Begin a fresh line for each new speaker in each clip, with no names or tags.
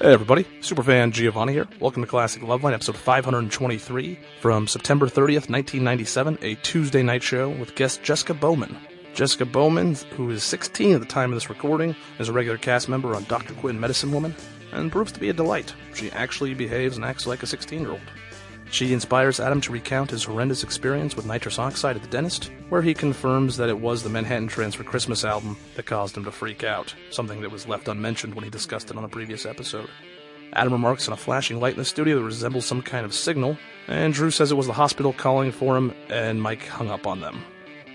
Hey everybody, Superfan Giovanni here. Welcome to Classic Loveline, episode 523 from September 30th, 1997, a Tuesday night show with guest Jessica Bowman. Jessica Bowman, who is 16 at the time of this recording, is a regular cast member on Dr. Quinn Medicine Woman and proves to be a delight. She actually behaves and acts like a 16 year old. She inspires Adam to recount his horrendous experience with nitrous oxide at the dentist, where he confirms that it was the Manhattan Transfer Christmas album that caused him to freak out, something that was left unmentioned when he discussed it on a previous episode. Adam remarks on a flashing light in the studio that resembles some kind of signal, and Drew says it was the hospital calling for him, and Mike hung up on them.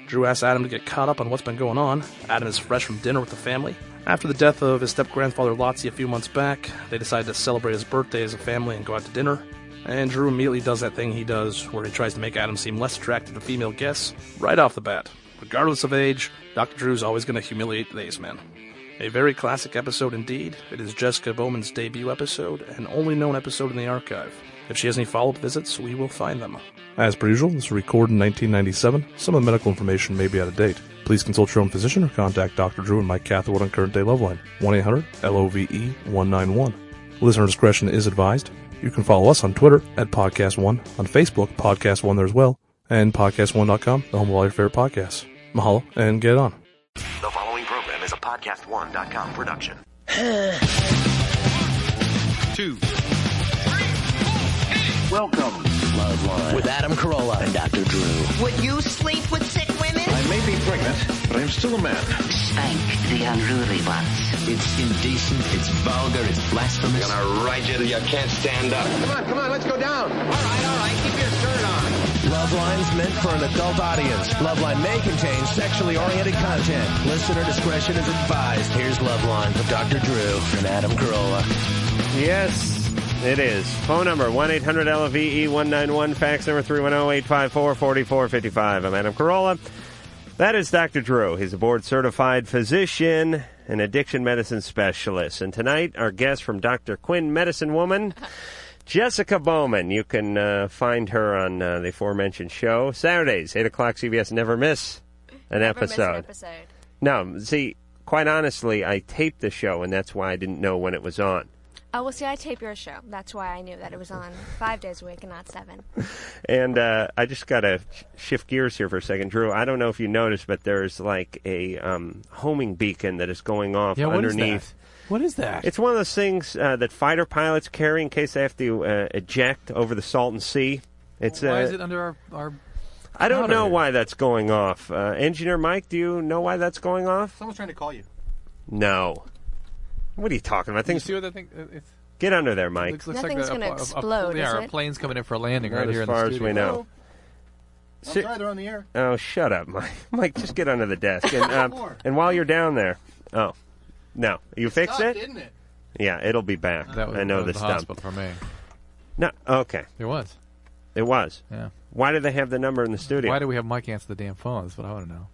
Drew asks Adam to get caught up on what's been going on. Adam is fresh from dinner with the family. After the death of his step grandfather Lotzi a few months back, they decide to celebrate his birthday as a family and go out to dinner. And Drew immediately does that thing he does where he tries to make Adam seem less attracted to female guests right off the bat. Regardless of age, Dr. Drew's always going to humiliate the ace man. A very classic episode indeed. It is Jessica Bowman's debut episode and only known episode in the archive. If she has any follow up visits, we will find them. As per usual, this was recorded in 1997. Some of the medical information may be out of date. Please consult your own physician or contact Dr. Drew and Mike Catherwood on Current Day Loveline, 1 800 LOVE 191. Listener discretion is advised. You can follow us on Twitter at Podcast One, on Facebook, Podcast One there as well, and PodcastOne.com, the home of all your favorite podcasts. Mahalo and get on.
The following program is a podcast1.com production.
two.
Welcome
with Adam Carolla and Dr. Drew.
Would you sleep with sick women?
I may be pregnant, but I'm still a man.
Spank the unruly ones.
It's indecent, it's vulgar, it's blasphemous.
Gonna ride you till you can't stand up.
Come on, come on, let's go down.
Loveline's meant for an adult audience. Loveline may contain sexually oriented content. Listener discretion is advised. Here's Loveline with Dr. Drew and Adam Carolla.
Yes, it is. Phone number 1 800 LVE 191, fax number 310 854 4455. I'm Adam Carolla. That is Dr. Drew. He's a board certified physician and addiction medicine specialist. And tonight, our guest from Dr. Quinn Medicine Woman. Jessica Bowman. You can uh, find her on uh, the aforementioned show Saturdays, 8 o'clock CBS. Never miss an episode. No, see, quite honestly, I taped the show, and that's why I didn't know when it was on.
Oh, well, see, I tape your show. That's why I knew that it was on five days a week and not seven.
And uh, I just got to shift gears here for a second, Drew. I don't know if you noticed, but there's like a um, homing beacon that is going off
Yeah, what is
underneath.
that? What is that?
It's one of those things uh, that fighter pilots carry in case they have to uh, eject over the Salton Sea. It's
Why
uh,
is it under our, our
I don't know
powder?
why that's going off. Uh, Engineer Mike, do you know why that's going off?
Someone's trying to call you.
No. What are you talking about?
You
Things
see what that thing? it- It's,
get under there, Mike.
looks, looks
Nothing's
like a-
gonna
a- a- a-
explode,
yeah,
is
our
it?
plane's coming in for a landing
Not
right
as
here. in
far
the
as
studio.
we know.
I'm
Si-
sorry, they're Oh, on the air.
Oh, shut up, Mike. Mike, just get under the desk. And, um, and while you're down there, oh, no, you fixed
Sucked,
it?
didn't it?
Yeah, it'll be back.
That was,
I know
that was
this
the
stuff.
hospital for me.
No, okay,
It was.
it was.
Yeah.
Why do they have the number in the studio?
Why do we have Mike answer the damn phone? That's what I want to know.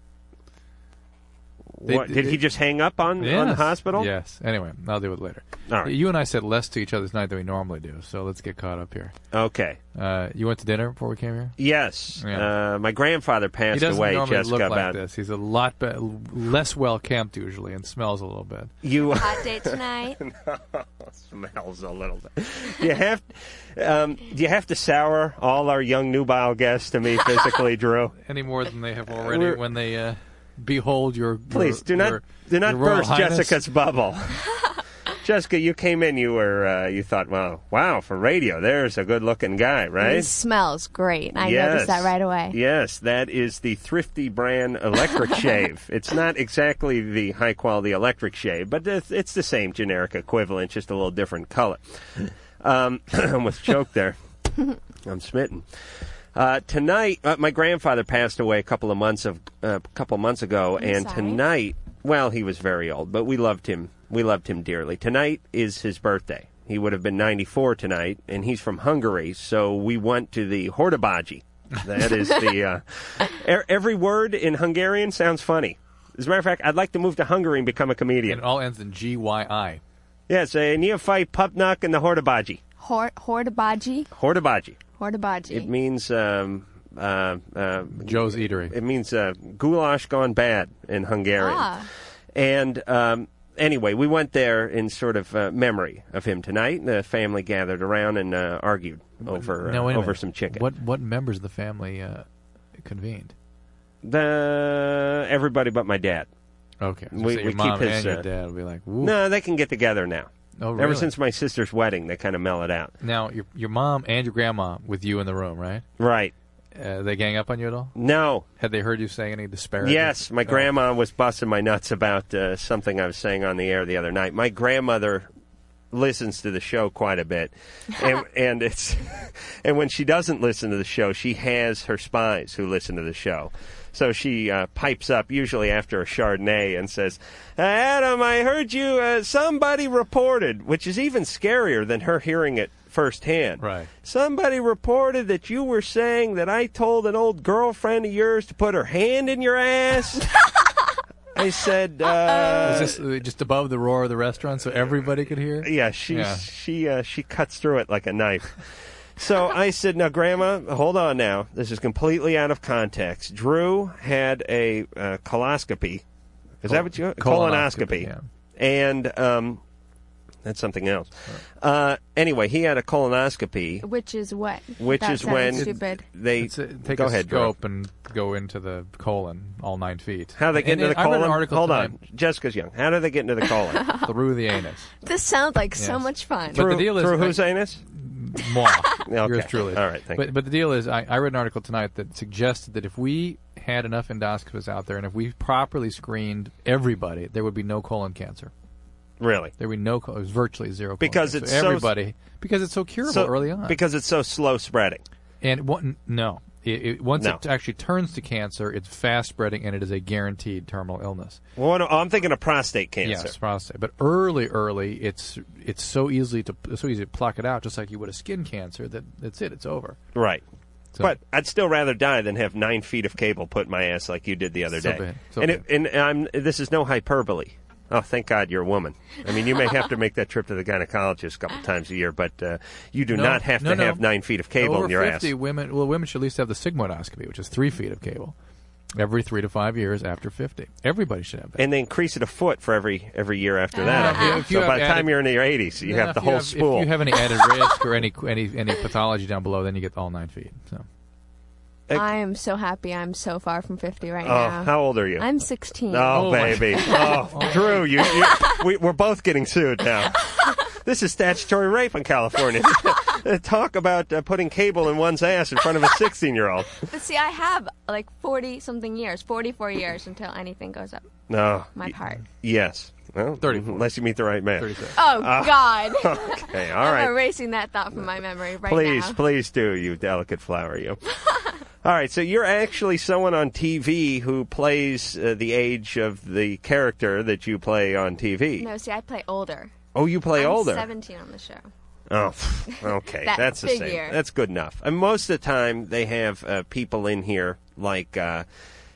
What-
they-
did
they-
he just hang up on on the
Yes.
hospital?
Yes. Anyway, I'll do it later.
All right.
You and I said less to each other tonight than we normally do, so let's get caught up here.
Okay.
Uh, you went to dinner before we came here.
Yes.
Yeah.
Uh, my grandfather passed
he doesn't
away.
normally
Jessica
look like
about
this. He's a lot be- less well camped usually, and smells a little bit.
you.
Hot date tonight.
smells a little bit. You have, um, you have to sour all our young nubile guests to me physically, Drew.
any more than they have already
We're-
when they uh, behold your.
Please
your-
do not
your-
do not
your Royal
burst
Highness.
Jessica's bubble. Jessica, you came in. You were uh, you thought, wow, wow, for radio, there's a good looking guy,
It
right?
smells great. I
yes.
noticed that right away.
Yes, that is the Thrifty brand electric shave. It's not exactly the high quality electric shave, but it's it's the same generic equivalent, just a little different color. Um, I almost choked there. I'm smitten. Uh, tonight, uh, my grandfather passed away a couple of months of uh, couple months ago, and
sorry.
tonight, well, he was very old, but we loved him. We loved him dearly. Tonight is his birthday. He would have been 94 tonight, and he's from Hungary, so we went to the Hortobaji. That is the uh, er, every word in Hungarian sounds funny. As a matter of fact, I'd like to move to Hungary and become a
And
comedian.
it all ends in G Y I.
Yes, a neophyte pupnok and the Hortobaji.
Hor- Hortabaji?
Hortobaji.
Hortabaji.
It means um, uh, uh,
Joe's Eatery.
it means uh, goulash gone bad in Hungarian.
Ah.
And um, anyway, we went there in sort of uh, memory of him tonight. The family gathered around and uh, argued over
Now,
uh,
wait a
over
minute.
some chicken.
What what members of the family uh, convened?
The everybody but my dad.
Okay, so
we,
your
we
mom
keep his
and your
uh,
dad will be like, "Woo."
no, they can get together now.
Oh,
Ever
really?
since my sister's wedding, they kind of mellow it out.
Now your your mom and your grandma with you in the room, right?
Right.
Uh, they gang up on you at all?
No.
Had they heard you say any disparaging?
Yes, my
Oh.
grandma was busting my nuts about uh, something I was saying on the air the other night. My grandmother listens to the show quite a bit, and, and it's and when she doesn't listen to the show, she has her spies who listen to the show. So she uh, pipes up usually after a Chardonnay and says, "Adam, I heard you. Uh, somebody reported, which is even scarier than her hearing it firsthand. Right? Somebody reported that you were saying that I told an old girlfriend of yours to put her hand in your ass." I said, uh,
Is this uh, just above the roar of the restaurant so everybody could hear?
yeah, she
Yeah.
she uh, she cuts through it like a knife. So I said, "Now, Grandma, hold on. Now, this is completely out of context. Drew had a uh, coloscopy. Is that what you
Colonoscopy,
colonoscopy? And um, that's something else. Uh, anyway, he had a colonoscopy,
Which is what?
which
That
is
sounds
when
stupid.
they
Take
go
a
ahead, Drew.
scope and go into the colon, all nine feet.
How they get
And-
into
and
the
I read
colon?
an article
Hold
tonight.
on, Jessica's young. How do they get into the colon?
Through the anus.
This sounds like so
Yes.
much fun.
But the deal is
through
like-
whose anus?
Moi.
Okay.
Yours truly.
All right, thank
but, but the deal is, I, I read an article tonight that suggested that if we had enough endoscopists out there and if we properly screened everybody, there would be no colon cancer.
Really?
There would be no, col- it was virtually zero. colon
Because
cancer.
it's so-
everybody, because it's so curable
So-
early on.
Because it's so slow spreading.
and what, no, it, it, once
No.
it actually turns to cancer, it's fast spreading and it is a guaranteed terminal illness.
Well, what- oh, I'm thinking of prostate cancer.
Yes, prostate. But early, early, it's it's so easily to so easy to pluck it out, just like you would a skin cancer. That that's it. It's over.
Right. But I'd still rather die than have nine feet of cable put in my ass like you did the other
So
day.
bad. So
and it, and I'm, this is no hyperbole. Oh, thank God you're a woman. I mean, you may have to make that trip to the gynecologist a couple times a year, but uh, you do
No,
not have
no,
to
no.
have nine feet of cable
Over
in your
50
ass.
women. Well, women should at least have the sigmoidoscopy, which is three feet of cable, every three to five years after fifty. Everybody should have that.
And they increase it a foot for every every year after
Yeah,
that.
Uh-huh. if you
So
have
by the time
added-
you're in your 80s, you
Now,
have
if
the whole spool.
If you have any added risk or any any any pathology down below, then you get all nine feet. So
I am so happy I'm so far from 50 right
Oh,
now.
how old are you?
I'm 16.
Oh,
my-
baby. Oh, Drew, you, you, we, we're both getting sued now. This is statutory rape in California. Talk about uh, putting cable in one's ass in front of a 16 year old.
But see, I have like 40 something years, 44 years until anything goes up
No.
my part.
Yes. Well, unless you meet the right man.
Oh,
Uh,
God.
Okay, all
I'm
right.
erasing that thought from my memory right
please,
now.
please do, you delicate flower, you. All right, so you're actually someone on TV who plays uh, the age of the character that you play on TV.
No, see, I play older.
Oh, you play
I'm
older.
17 on the show.
Oh, pff, okay.
That
That's the
figure.
same. That's good enough. And most of the time, they have uh, people in here like, uh,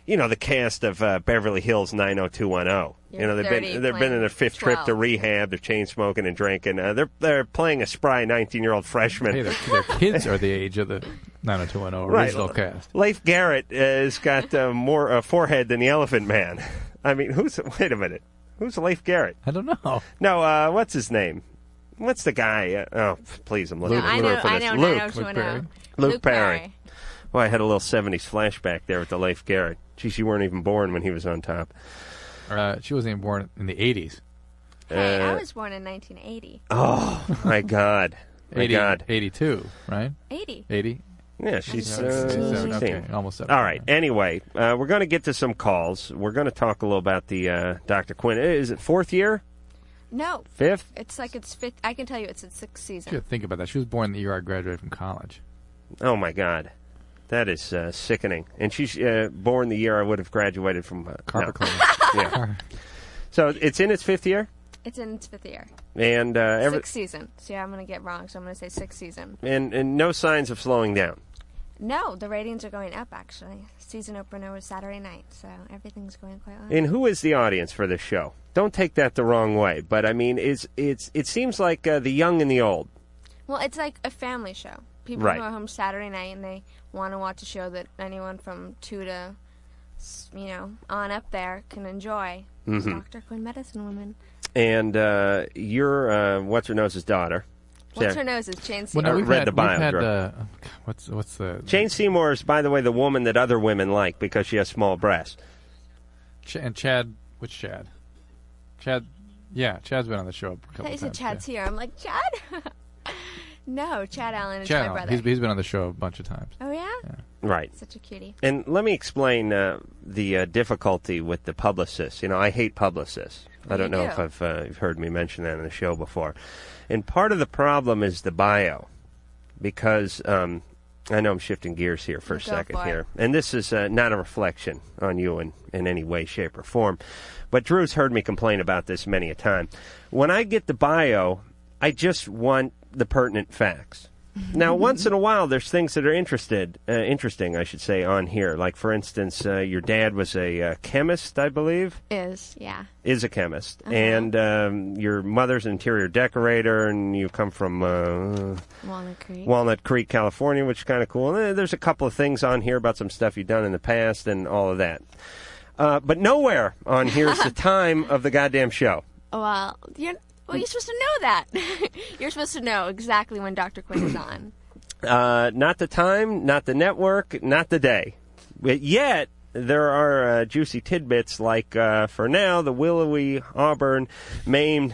you know, the cast of uh, Beverly Hills 90210. oh. You
You're
know, they've
30
been they've been in their fifth trip to
12.
rehab. They're chain smoking and drinking. Uh, they're they're playing a spry 19 year old freshman.
hey, their, their kids are the age of the nine hundred two one zero original
Right.
cast.
Leif Garrett uh, has got uh, more uh, forehead than the Elephant Man. I mean, who's? Wait a minute. Who's Leif Garrett?
I don't know.
No, uh, what's his name? What's the guy? Uh, oh, please, I'm looking
No, I
for
know-
for
I
this.
know
Luke.
90210. Luke Perry.
Luke,
Luke
Perry.
Perry.
Well, I had a little '70s flashback there with the Leif Garrett. Geez, you weren't even born when he was on top.
Uh, she wasn't even born in the eighties.
Uh,
Hey, I was born in 1980.
Oh my God! My
80,
God!
82, right?
80.
80?
Yeah, she's
Yeah,
uh,
67, okay,
16.
almost
All right. Anyway, uh, we're going to get to some calls. We're going to talk a little about the uh, Dr. Quinn. Is it fourth year?
No.
Fifth?
It's like it's fifth. I can tell you it's its sixth
You
season.
gotta think about that. She was born the year I graduated from college.
Oh my God, that is uh, sickening. And she's uh, born the year I would have graduated from uh,
Carpet
no. yeah. So it's in its fifth year,
It's in its fifth year.
and uh, every,
sixth season. See, I'm going to get wrong, so I'm going to say sixth season.
and and no signs of slowing down.
No, the ratings are going up, actually. Season opener was Saturday night, so everything's going quite well.
And who is the audience for this show? Don't take that the wrong way, but I mean, it's it's it seems like uh, the young and the old.
Well, it's like a family show. People
Right.
go home Saturday night and they want to watch a show that anyone from two to, s- you know, on up there can enjoy. It's
Mhm.
Dr. Quinn Medicine Woman.
and uh, your uh, what's her nose's daughter.
What's
Sarah-
her nose is Chance.
Well, no, we've Read had- the bio,
We've had,
Drew.
uh, what's what's the
Jane Seymour is, by the way, the woman that other women like because she has small breasts.
Ch- and Chad? Which Chad? Chad? Yeah, Chad's been on the show. A
I thought
couple
you said
times.
Chad's here. I'm like, Chad? no, Chad Allen is
Chad,
my brother.
he's, he's been on the show a bunch of times.
oh, yeah?
Right.
Such a cutie.
And let me explain uh, the uh, difficulty with the publicists. You know, I hate publicists. I don't
You
know
do.
if I've uh, you've heard me mention that on the show before. And part of the problem is the bio, because um, I know I'm shifting gears here for a
Go
second
for it.
here, and this is uh, not a reflection on you in, in any way, shape, or form. But Drew's heard me complain about this many a time. When I get the bio, I just want the pertinent facts. Now, once in a while, there's things that are interested, uh, interesting, I should say, on here. Like, for instance, uh, your dad was a uh, chemist, I believe
Is, yeah.
is a chemist,
Uh-huh.
and um, your mother's an interior decorator, and you come from uh,
Walnut Creek.
Walnut Creek, California, which is kind of cool. And, uh, there's a couple of things on here about some stuff you've done in the past and all of that. Uh, but nowhere on here is the time of the goddamn show.
Oh, Well, you're, well, you're supposed to know that. you're supposed to know exactly when Dr. Quinn is on.
Uh, not the time, not the network, not the day. But yet, there are uh, juicy tidbits like, uh, for now, the willowy Auburn maimed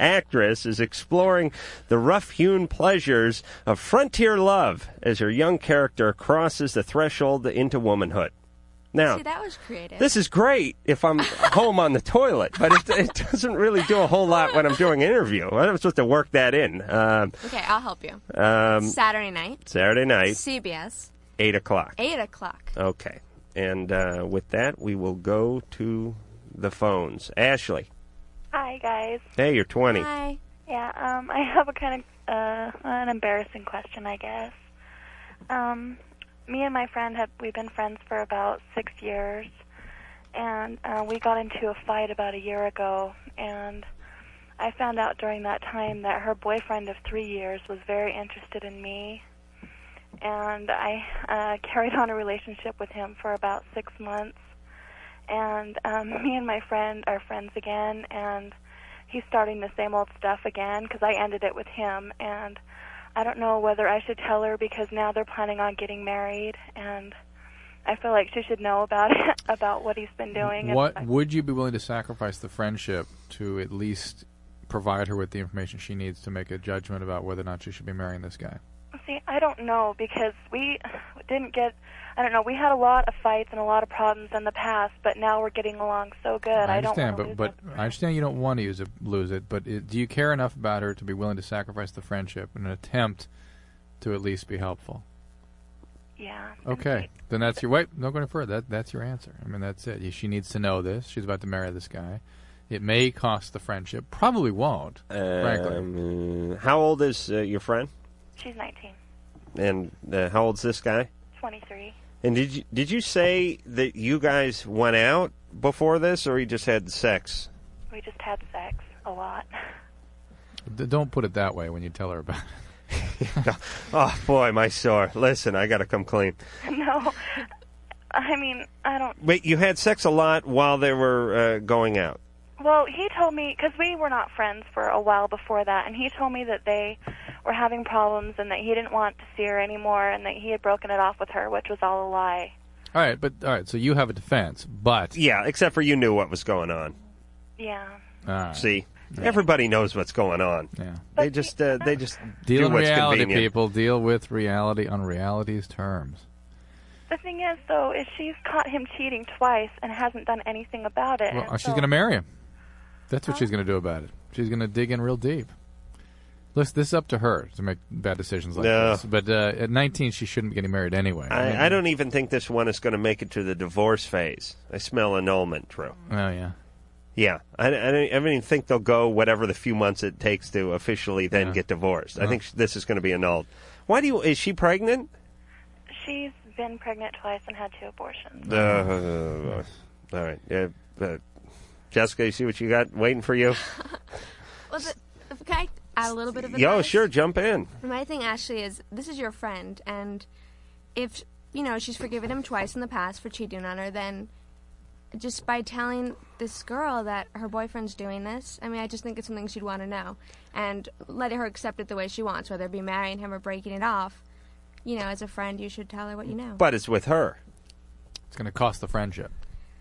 actress is exploring the rough hewn pleasures of frontier love as her young character crosses the threshold into womanhood. Now,
See, that was creative.
this is great if I'm home on the toilet, but it, it doesn't really do a whole lot when I'm doing an interview. I'm supposed to work that in. Um,
Okay, I'll help you.
um,
Saturday night.
Saturday night,
CBS.
8 o'clock.
8 o'clock.
Okay. And uh, with that, we will go to the phones. Ashley,
Hi, guys.
hey, you're 20.
Hi.
Yeah, um, I have a kind of uh, an embarrassing question, I guess. Um, me and my friend have we've been friends for about six years, and uh, we got into a fight about a year ago, and I found out during that time that her boyfriend of three years was very interested in me, and I uh, carried on a relationship with him for about six months. And um, me and my friend are friends again, and he's starting the same old stuff again because I ended it with him, and I don't know whether I should tell her because now they're planning on getting married, and I feel like she should know about it, about what he's been doing. and
What would you be willing to sacrifice the friendship to at least provide her with the information she needs to make a judgment about whether or not she should be marrying this guy?
See, I don't know because we didn't get. I don't know. We had a lot of fights and a lot of problems in the past, but now we're getting along so good. I, don't
understand,
want to
but but I understand you don't want to use it, lose it. But it, do you care enough about her to be willing to sacrifice the friendship in an attempt to at least be helpful?
Yeah.
Okay, then that's your wait. No going further. That that's your answer. I mean, that's it. She needs to know this. She's about to marry this guy. It may cost the friendship. Probably won't. frankly,
Um, how old is uh, your friend?
She's 19,
And uh, how old's this guy?
23.
And did you, did you say that you guys went out before this, or you just had sex?
We just had sex a lot.
D- don't put it that way when you tell her about
Oh boy, my sore. Listen, I got to come clean.
no, I mean I don't.
Wait, you had sex a lot while they were uh, going out.
Well, he told me because we were not friends for a while before that, and he told me that they were having problems and that he didn't want to see her anymore and that he had broken it off with her, which was all a lie.
it. All right, but all right. So you have a defense, but
yeah, except for you knew what was going on.
Yeah.
See, everybody knows what's going on.
Yeah.
They just uh, they just
Deal
do
in
what's
reality,
convenient.
people. Deal with reality on reality's terms.
The thing is, though, is she's caught him cheating twice and hasn't done anything about it.
Well,
And
uh, she's
so-
going to marry him. That's what she's going to do about it. She's going to dig in real deep. Listen, this is up to her to make bad decisions like
No.
this. But uh, at 19, she shouldn't be getting married anyway. mean,
I, I don't even think this one is going to make it to the divorce phase. I smell annulment, Drew.
Oh yeah.
Yeah, I, I, don't, I don't even think they'll go whatever the few months it takes to officially then
Yeah.
get divorced. I
No.
think sh- this is going to be annulled. Why do you? Is she pregnant?
She's been pregnant twice and had two abortions.
Uh, all right, yeah, uh, Jessica, you see what you got waiting for you?
Well, the, if- can I add a little bit of advice?
Yo, sure, jump in.
My thing, Ashley, is this is your friend, and if you know she's forgiven him twice in the past for cheating on her, then just by telling this girl that her boyfriend's doing this. I mean, I just think it's something she'd want to know, and letting her accept it the way she wants, whether it be marrying him or breaking it off. You know, as a friend, you should tell her what you know.
But it's with her.
It's going to cost the friendship,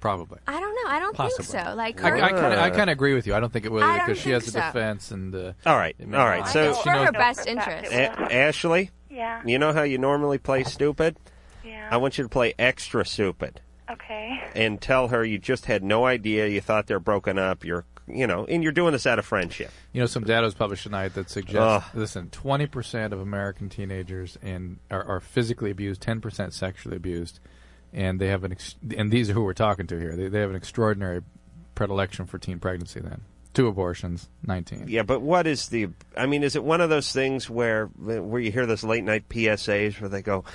probably.
I don't know. I don't
Possibly.
think so. Like,
I,
her-
I kind of I kinda agree with you. I don't think it will
I don't
because she
think
has
so.
a defense and. Uh,
all right,
it
all
makes-
right. So
it's for her best interest.
A- Ashley.
Yeah.
You know how you normally play stupid.
Yeah.
I want you to play extra stupid
Okay.
and tell her you just had no idea. You thought they're broken up. You're, you know, and you're doing this out of friendship.
You know, some data was published tonight that
Ugh.
suggests listen, twenty percent of American teenagers and are, are physically abused, ten percent sexually abused, and they have an ex- and these are who we're talking to here. They, they have an extraordinary predilection for teen pregnancy. Then two abortions, nineteen.
Yeah, but what is the? I mean, is it one of those things where where you hear those late night PSAs where they go,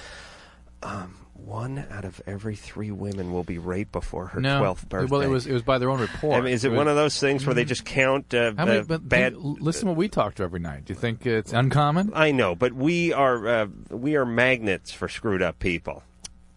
um, one out of every three women will be raped before her
No.
twelfth birthday?
Well, it was Mm-hmm. it was by their own report.
I mean, is it, one of those things where they just count uh,
How many,
uh,
but
bad?
think- listen, to what we talk to every night. Do you think it's uncommon?
I know, but we are uh, we are magnets for screwed up people.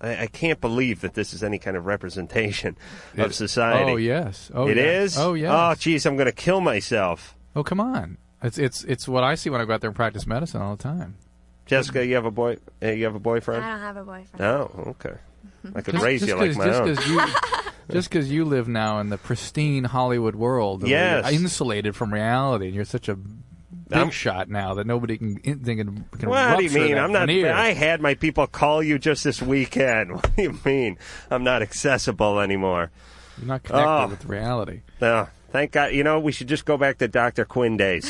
I, I can't believe that this is any kind of representation of
It-
society.
oh, yes. Oh,
It
yeah.
is?
Oh, yes.
Oh, geez, I'm going to kill myself.
Oh, come on! It's it's it's what I see when I go out there and practice medicine all the time. Mm-hmm.
Jessica, you have a boy. Uh, you have a boyfriend?
I don't have a boyfriend.
Oh, okay. I could
Just-
raise
just
you like
'cause-
my
just
own.
'cause you- just because you live now in the pristine Hollywood world, where
Yes.
you're insulated from reality, and you're such a big
I'm-
shot now that nobody can anything can, can
what do you
rupture
mean?
that
I'm not.
veneer.
I had my people call you just this weekend. What do you mean? I'm not accessible anymore. Oh.
You're not connected with reality.
No, thank God. You know, we should just go back to Dr. Quinn days.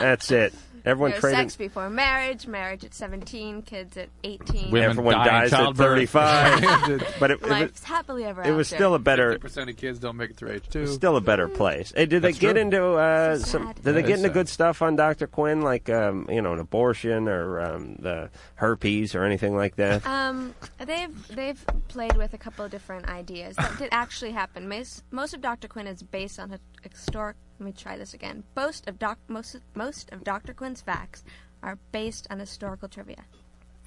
That's it. Everyone
no
traded.
sex before marriage, marriage at 17, kids at 18.
everyone
die in
dies at
childbirth.
35. but it, it was-
Life's happily ever
it was
after.
still a better.
percent of kids don't make it through age
It
two.
was still a better place. Hey, did
That's
they get
true.
into uh, some? Did they
That
get
is
into
sad.
good stuff on Dr. Quinn, like um, you know, an abortion or um, the herpes or anything like that?
Um, they've they've played with a couple of different ideas that did actually happen. Most, most of Doctor Quinn is based on historic. Let me try this again. Most of doc most of- most of Doctor Quinn's facts are based on historical trivia,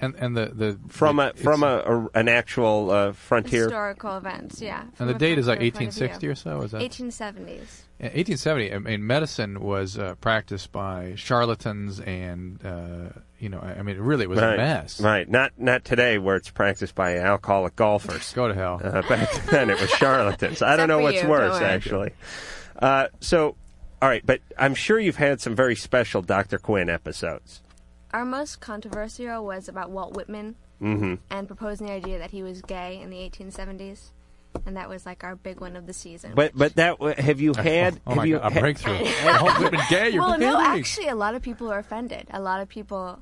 and and the, the
from a from a, a an actual uh, frontier.
historical events. Yeah. from
the
a
date is like
frontier point of view.
1860 or so, is that-
1870s?
In 1870, I mean, medicine was uh, practiced by charlatans, and uh, you know, I I mean, it really was
right.
a mess.
Right. Not not today, where it's practiced by alcoholic golfers.
Go to hell.
Uh, back then, it was charlatans. I don't know
for
what's
you, don't
worse,
worry.
actually. Uh, so, all right, but I'm sure you've had some very special Dr. Quinn episodes.
Our most controversial was about Walt Whitman
Mm-hmm.
and proposing the idea that he was gay in the 1870s, and that was like our big one of the season.
But but that w- have you had?
oh
have
my
you
God, a
ha-
breakthrough. Walt Whitman gay, you're
well, no,
kidding me.
actually, a lot of people were offended. A lot of people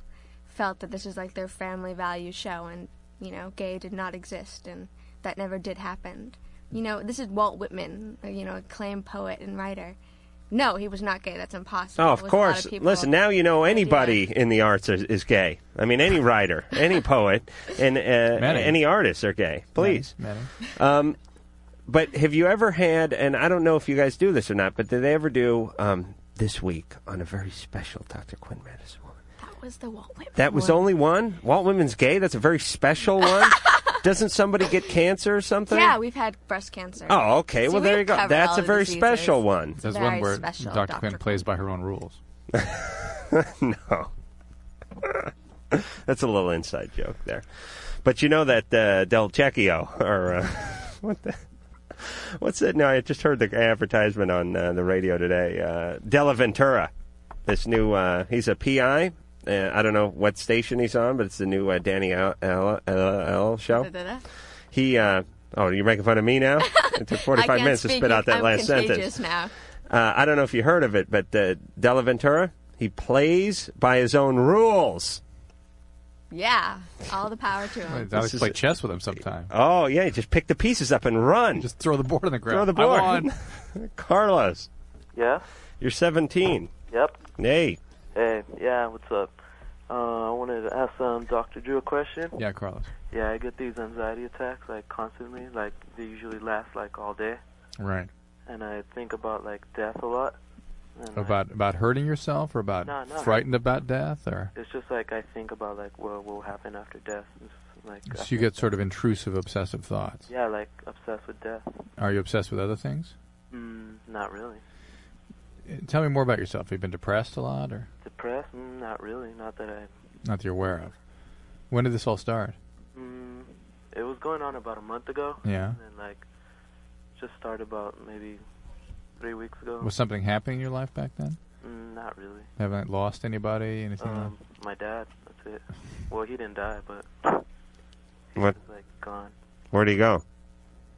felt that this was like their family value show, and you know, gay did not exist, and that never did happen. You know, this is Walt Whitman, a, you know, acclaimed poet and writer. No, he was not gay. That's impossible.
Oh,
It
of
was a lot
course.
of people-
Listen, now you know anybody in the arts is, is gay. I mean, any writer, any poet, and uh,
Many.
any artists are gay. Please.
Many,
Um, but have you ever had? And I don't know if you guys do this or not, but did they ever do um, this week on a very special Dr. Quinn Madison? Woman?
That was the Walt Whitman.
That was
one.
only one. Walt Women's gay. That's a very special one. Doesn't somebody get cancer or something?
Yeah, we've had breast cancer.
Oh, okay.
So
well,
we
there you go.
covered
That's
all
a
the
very
diseases.
special one.
It's
There's
very
one where
special,
Dr. Quinn plays by her own rules.
no. That's a little inside joke there. But you know that uh, Del Cecchio, or uh, what the. What's that? No, I just heard the advertisement on uh, the radio today. Uh, Della Ventura, this new, uh, he's a PI. Uh, I don't know what station he's on, but it's the new uh, Danny L, L, L, L show.
Da-da-da.
He, uh, oh, you're making fun of me now? It took
I
45
can't
minutes to
speak.
spit out that
I'm
last
contagious
sentence.
Now.
Uh, I don't know if you heard of it, but uh, Della Ventura, he plays by his own rules.
Yeah, all the power to him.
I always play chess with him sometimes.
Oh, yeah, you just pick the pieces up and run.
Just throw the board on the ground.
Throw the
I
board.
won.
Carlos,
Yeah.
you're 17.
Yep.
Hey,
Hey. Yeah. What's up? Uh, I wanted to ask um, Dr. Drew a question.
Yeah, Carlos.
Yeah, I get these anxiety attacks like constantly. Like they usually last like all day,
Right.
and I think about like death a lot. And
About about hurting yourself or about
No, no.
frightened about death or
It's just like I think about like what will happen after death. It's Like
So you get sort of intrusive obsessive thoughts.
yeah, like obsessed with death.
Are you obsessed with other things?
Mm, not really.
Tell me more about yourself. Have you been depressed a lot, or
Depressed? Mm, not really. Not that I.
not that you're aware of? When did this all start?
Mm, it was going on about a month ago.
Yeah.
And like, just started about maybe three weeks ago.
Was something happening in your life back then?
Mm, not really.
Haven't lost anybody? Anything? like-
Um, my dad. That's it. Well, he didn't die, but he
What?
was like gone,
Where'd he go?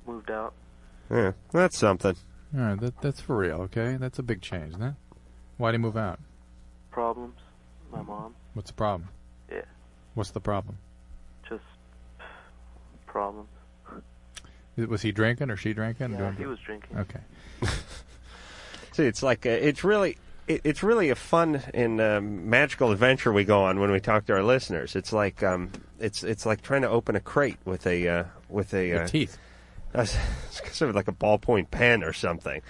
moved out.
Yeah, that's something.
All right, that, that's for real. Okay, that's a big change, isn't it? Why'd he move out?
Problems. My mom.
What's the problem?
Yeah.
What's the problem?
Just problems.
Was he drinking or she drinking?
Yeah,
Doing-
he was drinking.
Okay.
See, it's like uh, it's really it, it's really a fun and um, magical adventure we go on when we talk to our listeners. It's like um, it's it's like trying to open a crate with a uh, with a
With
uh,
teeth.
a s- it's sort of like a ballpoint pen or something.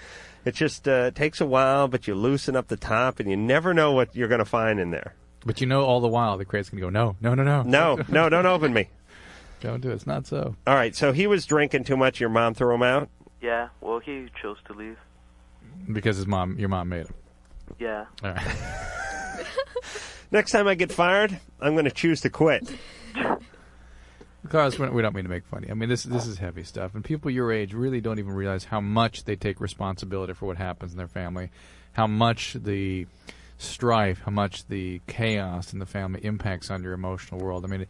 It just uh, it takes a while, but you loosen up the top, and you never know what you're going to find in there.
But you know, all the while the crate's gonna go. No, no, no, no,
No, no, don't open me.
Don't do it. It's not so.
All right, so he was drinking too much. Your mom threw him out.
Yeah. Well, he chose to leave.
Because his mom, your mom made him.
Yeah.
All right.
Next time I get fired, I'm going to choose to quit.
Carlos, we we don't mean to make fun of you. I mean, this this is heavy stuff, and people your age really don't even realize how much they take responsibility for what happens in their family, how much the strife, how much the chaos in the family impacts on your emotional world. I mean,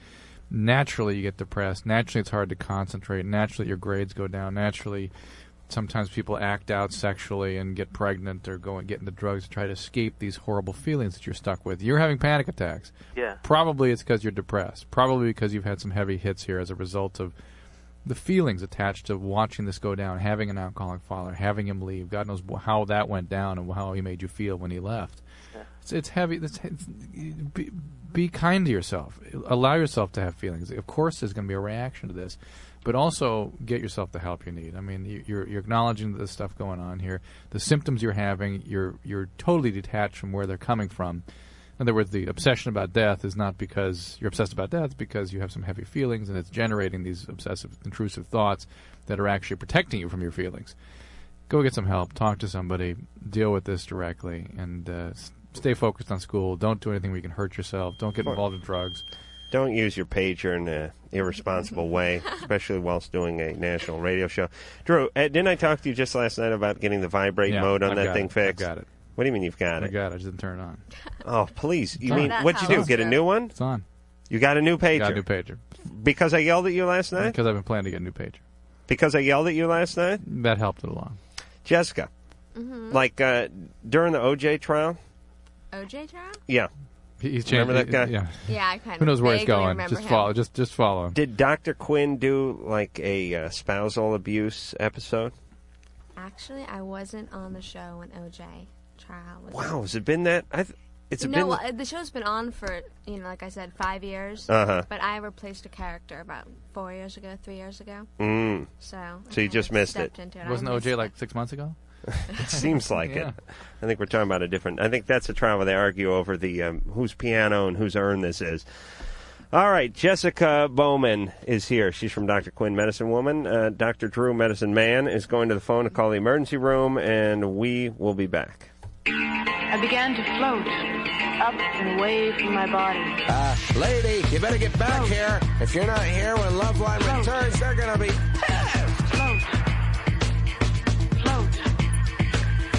naturally you get depressed. Naturally, it's hard to concentrate. Naturally, your grades go down. Naturally, sometimes people act out sexually and get pregnant or go and get into drugs to try to escape these horrible feelings that you're stuck with. You're having panic attacks.
Yeah.
Probably it's because you're depressed. Probably because you've had some heavy hits here as a result of the feelings attached to watching this go down, having an alcoholic father, having him leave. God knows wh- how that went down and how he made you feel when he left. It's, it's heavy. It's, it's, be, be kind to yourself. Allow yourself to have feelings. Of course, there's going to be a reaction to this, but also get yourself the help you need. I mean, you- you're, you're acknowledging the stuff going on here, the symptoms you're having. You're you're totally detached from where they're coming from. In other words, the obsession about death is not because you're obsessed about death, it's because you have some heavy feelings and it's generating these obsessive, intrusive thoughts that are actually protecting you from your feelings. Go get some help, talk to somebody, deal with this directly, and uh, s- stay focused on school. Don't do anything where you can hurt yourself. Don't get involved in drugs.
Don't use your pager in an irresponsible way, especially whilst doing a national radio show. Drew, uh, didn't I talk to you just last night about getting the vibrate
Yeah,
mode on
I've
that
got
thing
it. I've
fixed?
got it.
What do you mean you've got
I
it?
got it. I just didn't turn it on.
Oh, please! You
It's
mean
on.
what'd you do?
That's
Get a
how
new one?
It's on.
You got a new pager?
Got a new pager
Because I yelled at you last night.
because I've been planning to get a new pager.
Because I yelled at you last night.
That helped it along.
Jessica, like uh, during the OJ trial.
OJ trial?
Yeah.
He's changed-
Remember that guy?
yeah.
Yeah, I kind of.
Who knows where it's
vaguely
going?
remember
Just
him.
follow. Just just follow.
Did Dr. Quinn do like a uh, spousal abuse episode?
Actually, I wasn't on the show when OJ trial was.
Wow, has it been that? I th- it's
no,
been.
uh, the show's been on for you know, like I said, five years.
Uh-huh.
But I replaced a character about four years ago, three years ago.
Mm.
So. I
So you
kind
just
of
missed it.
stepped into I
Wasn't
missed
OJ like six months ago?
it seems like
Yeah.
it. I think we're talking about a different. I think that's a trial where they argue over the um, whose piano and whose urn this is. All right, Jessica Bowman is here. She's from Dr. Quinn Medicine Woman. Uh, Dr. Drew Medicine Man is going to the phone to call the emergency room, and we will be back.
I began to float up and away from my body.
Uh, lady, you better get back here. If you're not here when Loveline returns, they're gonna be.
Float. Float.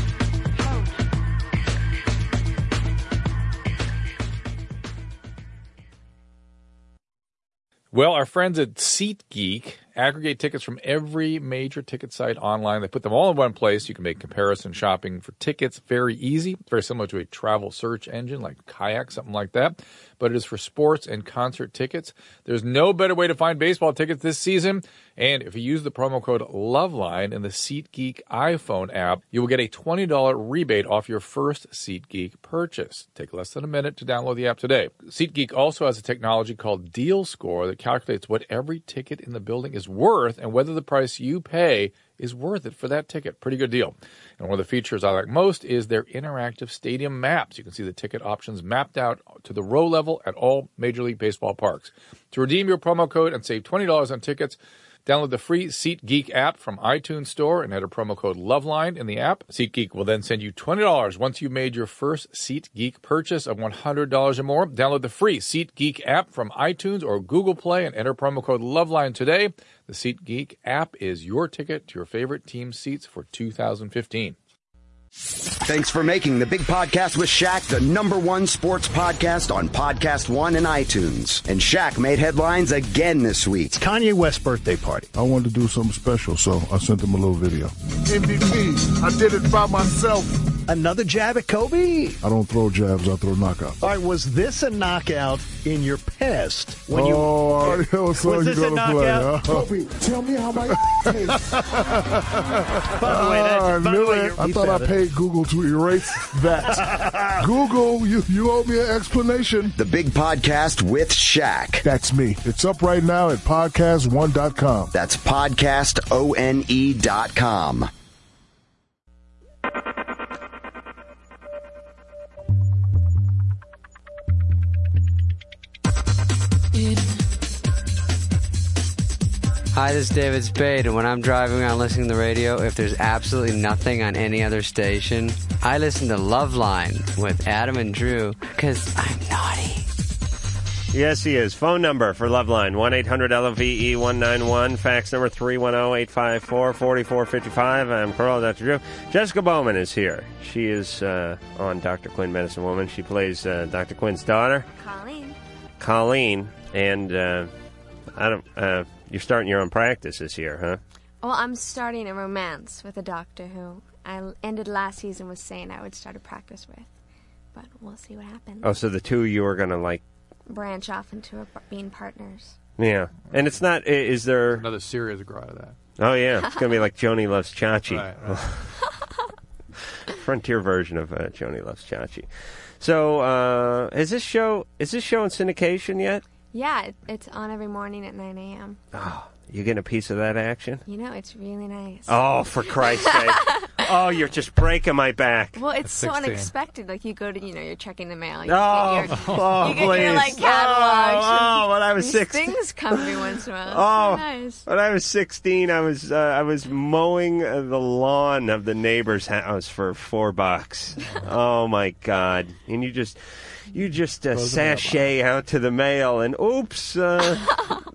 Well, our friends at SeatGeek aggregate tickets from every major ticket site online. They put them all in one place. You can make comparison shopping for tickets very easy. It's very similar to a travel search engine like Kayak, something like that. But it is for sports and concert tickets. There's no better way to find baseball tickets this season. And if you use the promo code LOVELINE in the SeatGeek iPhone app, you will get a $20 rebate off your first SeatGeek purchase. Take less than a minute to download the app today. SeatGeek also has a technology called Deal Score that calculates what every ticket in the building is worth and whether the price you pay is worth it for that ticket. Pretty good deal. And one of the features I like most is their interactive stadium maps. You can see the ticket options mapped out to the row level at all Major League Baseball parks. To redeem your promo code and save $20 on tickets, Download the free SeatGeek app from iTunes Store and enter promo code LOVELINE in the app. SeatGeek will then send you $20 once you've made your first SeatGeek purchase of $100 or more. Download the free SeatGeek app from iTunes or Google Play and enter promo code LOVELINE today. The SeatGeek app is your ticket to your favorite team seats for 2015.
Thanks for making the Big Podcast with Shaq the number one sports podcast on Podcast One and iTunes. And Shaq made headlines again this week. It's
Kanye West's birthday party.
I wanted to do something special, so I sent him a little video.
MVP. I did it by myself.
Another jab at Kobe?
I don't throw jabs, I throw knockouts.
All right, was this a knockout in your past?
When you, oh, I know so
was
you
this a
gonna play,
knockout?
huh?
Kobe, tell me how my tastes.
By the way, that-
Ah, I
by the
knew
way,
it.
you're-
I
he
thought I
said it.
paid Google to erase that. Google, you, you owe me an explanation.
The Big Podcast with Shaq.
That's me. It's up right now at podcast1.com.
That's E podcastone.com.
Hi, this is David Spade, and when I'm driving on listening to the radio, if there's absolutely nothing on any other station, I listen to Loveline with Adam and Drew because I'm naughty.
Yes, he is. Phone number for Loveline 1 800 LOVE 191. Fax number 310 854 4455. I'm Carl, Dr. Drew. Jessica Bowman is here. She is uh, on Dr. Quinn Medicine Woman. She plays uh, Dr. Quinn's daughter,
Colleen.
Colleen. And uh, I don't. Uh, you're starting your own practice this year, huh?
Well, I'm starting a romance with a doctor who I l- ended last season was saying I would start a practice with, but we'll see what happens.
Oh, so the two of you are going to like.
Branch off into a, being partners.
Yeah. And it's not. i- Is there.
Another series to grow out of that.
Oh, yeah. It's going to be like Joni Loves Chachi.
Right, right.
frontier version of uh, Joni Loves Chachi. So, uh, is this show is this show in syndication yet?
Yeah, it, it's on every morning at 9 a.m.
Ah. You getting a piece of that action?
You know, it's really nice.
Oh, for Christ's sake! Oh, you're just breaking my back.
Well, it's so unexpected. Like you go to, you know, you're checking the mail. You
Oh,
get your,
oh,
you get your like
please.
catalogs.
Oh,
and
oh, when I was
these
16.
things come every once in a while. It's
Oh,
so nice.
when I was 16, I was uh, I was mowing uh, the lawn of the neighbor's house for four bucks. oh my God! And you just you just uh,
Goes in the
sashay out to the mail, and oops, uh,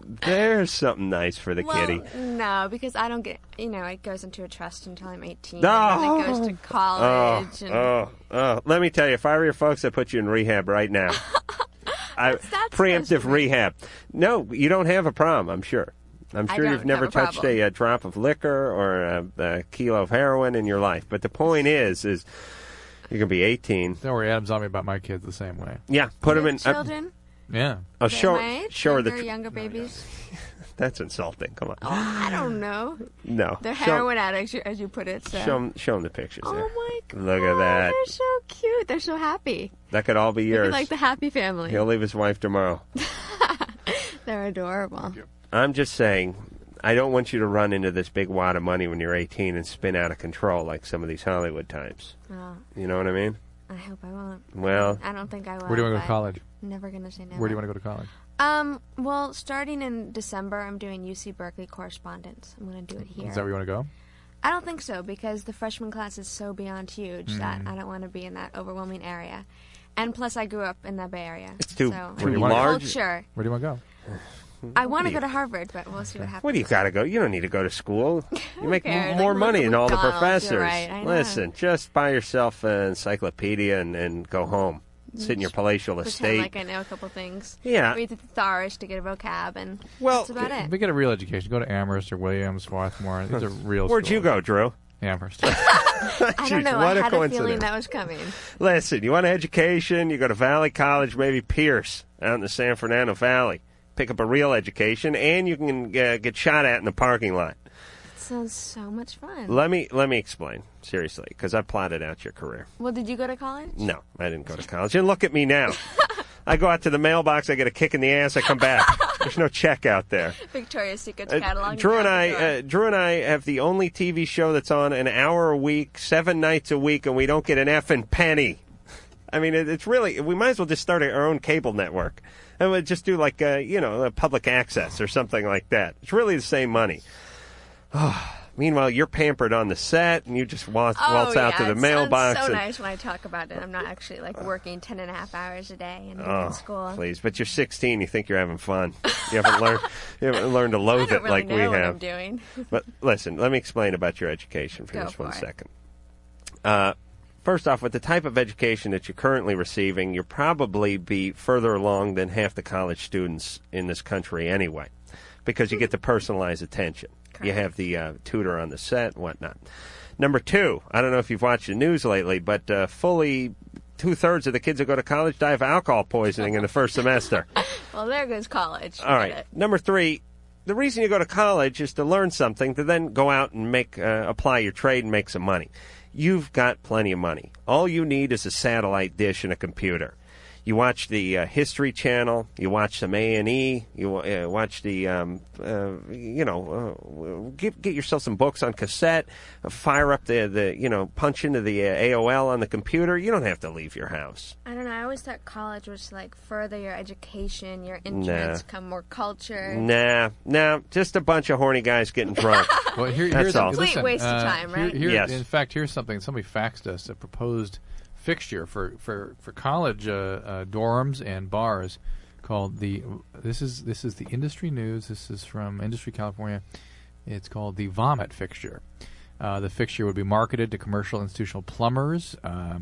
there's something nice for the
well,
kitty.
no, because I don't get. You know, it goes into a trust until I'm 18.
No.
and then it goes to
Oh,
college. and
oh, oh. Let me tell you, if I were your folks, I'd put you in rehab right now. I, preemptive rehab. No, you don't have a problem, I'm sure. I'm
I
sure
don't
you've
have
never
a
touched a, uh drop of liquor or a, a kilo of heroin in your life. But the point is, is you're going to be 18.
Don't worry, Adam's on me about my kids the same way.
Yeah, put them in.
Children.
Yeah.
I'll
they're
show,
my age,
show her the.
younger, younger babies.
That's insulting. Come on.
I don't know.
No.
They're
Show-
heroin addicts, you- as you put it. So.
Show them, the pictures.
Oh
there.
my
Look at that.
They're so cute. They're so happy.
That could all be
They're
yours.
like the happy family.
He'll leave his wife tomorrow.
They're adorable.
I'm just saying, I don't want you to run into this big wad of money when you're 18 and spin out of control like some of these Hollywood types.
Oh,
You know what I mean?
I hope I won't.
Well-
I don't think I will.
Where do you want to go to
but
college?
Never gonna say never.
Where do you want to go to college?
Um. Well, starting in December, I'm doing UC Berkeley correspondence. I'm gonna do it here.
Is that where you want to go?
I don't think so because the freshman class is so beyond huge that
Mm.
I don't want to be in that overwhelming area. And plus, I grew up in that Bay Area.
It's too-
so
Where do you
the
wanna go? large?
Culture.
Where do you want to go?
I want
What do
to go
you-
to Harvard, but we'll see what happens.
What do you got to go? You don't need to go to school. You make
cares?
more
Like,
money
look at
than all the
McDonald's,
professors.
you're right, I know.
Listen, just buy yourself an encyclopedia and, and go home. Sit in your palatial
Pretend
estate.
like I know a couple things.
Yeah.
Read the thesaurus to get a vocab, and that's about it.
We get a real education. Go to Amherst or Williams, Swarthmore. These are real.
Where'd you go, Drew?
Amherst.
I don't
Jeez,
know.
what
I
a
had a, feeling
coincidence.
that was coming.
Listen, you want education, you go to Valley College, maybe Pierce, out in the San Fernando Valley. Pick up a real education, and you can uh, get shot at in the parking lot.
That sounds so much fun.
Let me let me explain seriously, because I plotted out your career.
well, did you go to college?
No, I didn't go to college, and look at me now. I go out to the mailbox, I get a kick in the ass, I come back. There's no check out there.
Victoria's Secret's
Uh,
catalog.
Drew and
now
I,
we
uh, Drew and I have the only TV show that's on an hour a week, seven nights a week, and we don't get an effing penny. I mean, it, it's really we might as well just start our own cable network, and we just do like uh, you know uh, public access or something like that. It's really the same money. Ah, Meanwhile, you're pampered on the set, and you just waltz,
Oh,
waltz out
yeah,
to the
it sounds
mailbox.
so
and, Uh,
nice when I talk about it. I'm not actually like working ten and a half hours a day and
Oh,
in school.
please! But you're 16. You think you're having fun. You haven't learned. You haven't learned to loathe
I don't
it
really
like
know
we
what
have.
I'm doing.
but listen, let me explain about your education for
Go
just
for
one
it.
second. Uh, first off, with the type of education that you're currently receiving, you'll probably be further along than half the college students in this country anyway, because you get the personalized attention. You have the uh, tutor on the set and whatnot. Number two, I don't know if you've watched the news lately, but uh, fully two thirds of the kids who go to college die of alcohol poisoning in the first semester.
Well, there goes college.
All right. Number three, the reason you go to college is to learn something to then go out and make uh, apply your trade and make some money. You've got plenty of money. All you need is a satellite dish and a computer. You watch the uh, History Channel. You watch some A and E. You wa- uh, watch the, um, uh, you know, uh, get get yourself some books on cassette. Uh, fire up the the you know punch into the uh, AOL on the computer. You don't have to leave your house.
I don't know. I always thought college was like further your education, your interests, come more culture.
Nah, nah, just a bunch of horny guys getting drunk.
Well, here,
That's
here's
all.
A, listen,
waste of
uh,
time,
here-
right?
here-
Yes.
In fact, here's something. Somebody faxed us a proposed fixture for for for college uh, uh, dorms and bars called the. This is this is the industry news. This is from Industry California. It's called the Vomit Fixture. Uh, the fixture would be marketed to commercial institutional plumbers. Uh,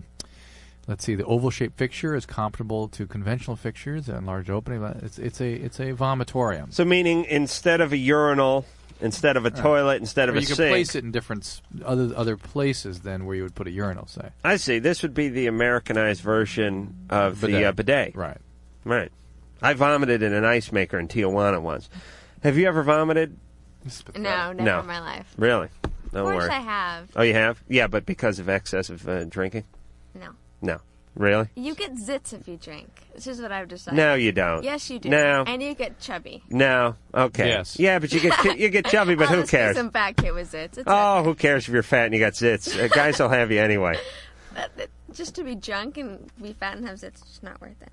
Let's see. The oval-shaped fixture is comparable to conventional fixtures and large opening. It's it's a it's a vomitorium.
So meaning instead of a urinal, instead of a toilet, instead of
Uh, Or
a
you can
sink.
place it in different s- other other places than where you would put a urinal, say.
I see. This would be the Americanized version of
Bidet.
the uh, bidet.
Right.
Right. I vomited in an ice maker in Tijuana once. Have you ever vomited?
No, Oh, never
no.
in my life.
Really? Don't
of course
worry.
I have.
Oh, you have? Yeah, but because of excessive uh, drinking?
No.
No. Really?
You get zits if you drink. This is what I've decided.
No, you don't.
Yes, you do.
No.
And you get chubby.
No. Okay.
Yes.
Yeah, but you get you get chubby, but
I'll
who
just be
cares?
Some fat kid with zits. It's
Oh, who cares if you're fat and you got zits? Uh, guys will have you anyway.
that- that- Uh, just to be drunk and be fat and have zits, it's just not worth it.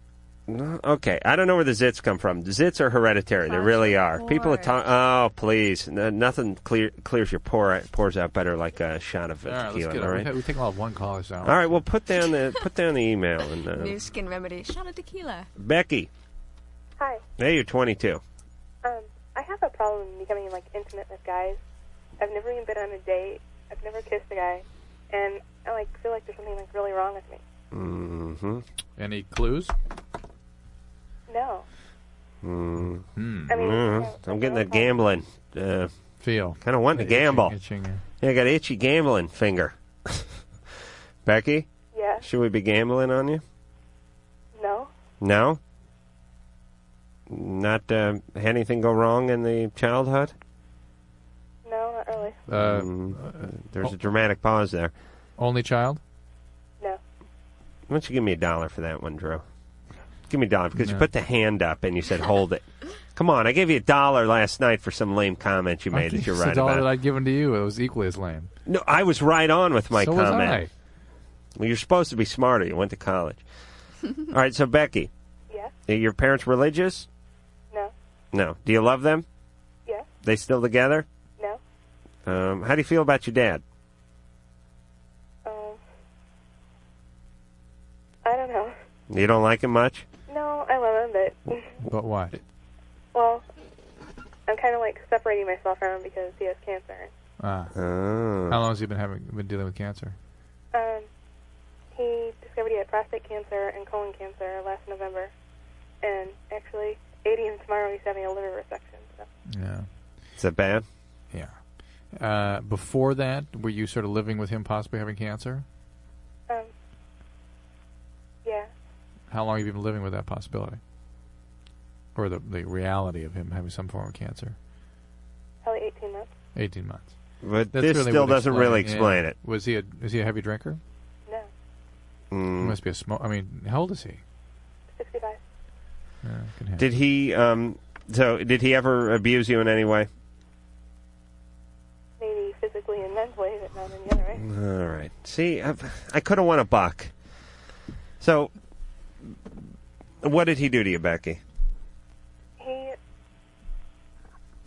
No, Uh, Okay, I don't know where the zits come from. The zits are hereditary; they really are. People are talking. Oh, please, no, nothing clear, clears your pore pours out better like a shot of
All
uh,
right, let's
tequila.
get
all
it.
right,
We, we take all of one caller sound.
all right. Well, put down the put down the email and
New
uh,
skin remedy. Shot of tequila.
Becky.
Hi.
Hey, you're 22.
Um, I have a problem becoming like intimate with guys. I've never even been on a date. I've never kissed a guy, and I like feel like there's something like really wrong with me.
Mm-hmm.
Any clues?
No.
Mm.
I mean,
Mhm. I'm getting that gambling uh,
feel.
Kind of wanting to
Itching-
gamble.
itching, yeah.
Yeah, I got an itchy gambling finger. Becky.
Yeah.
Should we be gambling on you?
No.
No. Not uh, had anything go wrong in the childhood. Mm.
No, not really.
Uh, oh.
there's a dramatic pause there.
Only child?
No.
Why don't you give me a dollar for that one, Drew? Give me a dollar because you
No.
put the hand up and you said, "Hold it." Come on, I gave you a dollar last night for some lame comment you
I
made
gave
that you're
us the
right
dollar
about.
that I'd given to you. It was equally as lame.
No, I was right on with my
So was
comment.
I.
Well, you're supposed to be smarter. You went to college. All right, so Becky,
Yeah.
are your parents religious?
No.
No. Do you love them?
Yeah.
They still together?
No.
Um, how do you feel about your dad?
Um. I don't know.
You don't like him much?
No, I love him, but
But why?
well, I'm kind of like separating myself from him because he has cancer.
Ah.
Oh.
How long has he been having been dealing with cancer?
Um, he discovered he had prostate cancer and colon cancer last November, and actually, 80 and tomorrow he's having a liver resection. So.
Yeah.
Is that bad?
Yeah. Uh, before that, were you sort of living with him possibly having cancer?
Um, yeah,
How long have you been living with that possibility? Or the, the reality of him having some form of cancer?
probably 18 months.
18 months.
But
That's
this
really
still
what
doesn't really
yeah.
explain it.
Was he a is he a heavy drinker?
No,
He
Mm.
must be a smoke. I mean, how old is he?
65.
Yeah, can have-
Did he? Um, So, did he ever abuse you in any way?
Maybe physically and mentally, but not in the other way.
All right. See, I, I could have won a buck. So, what did he do to you, Becky?
He,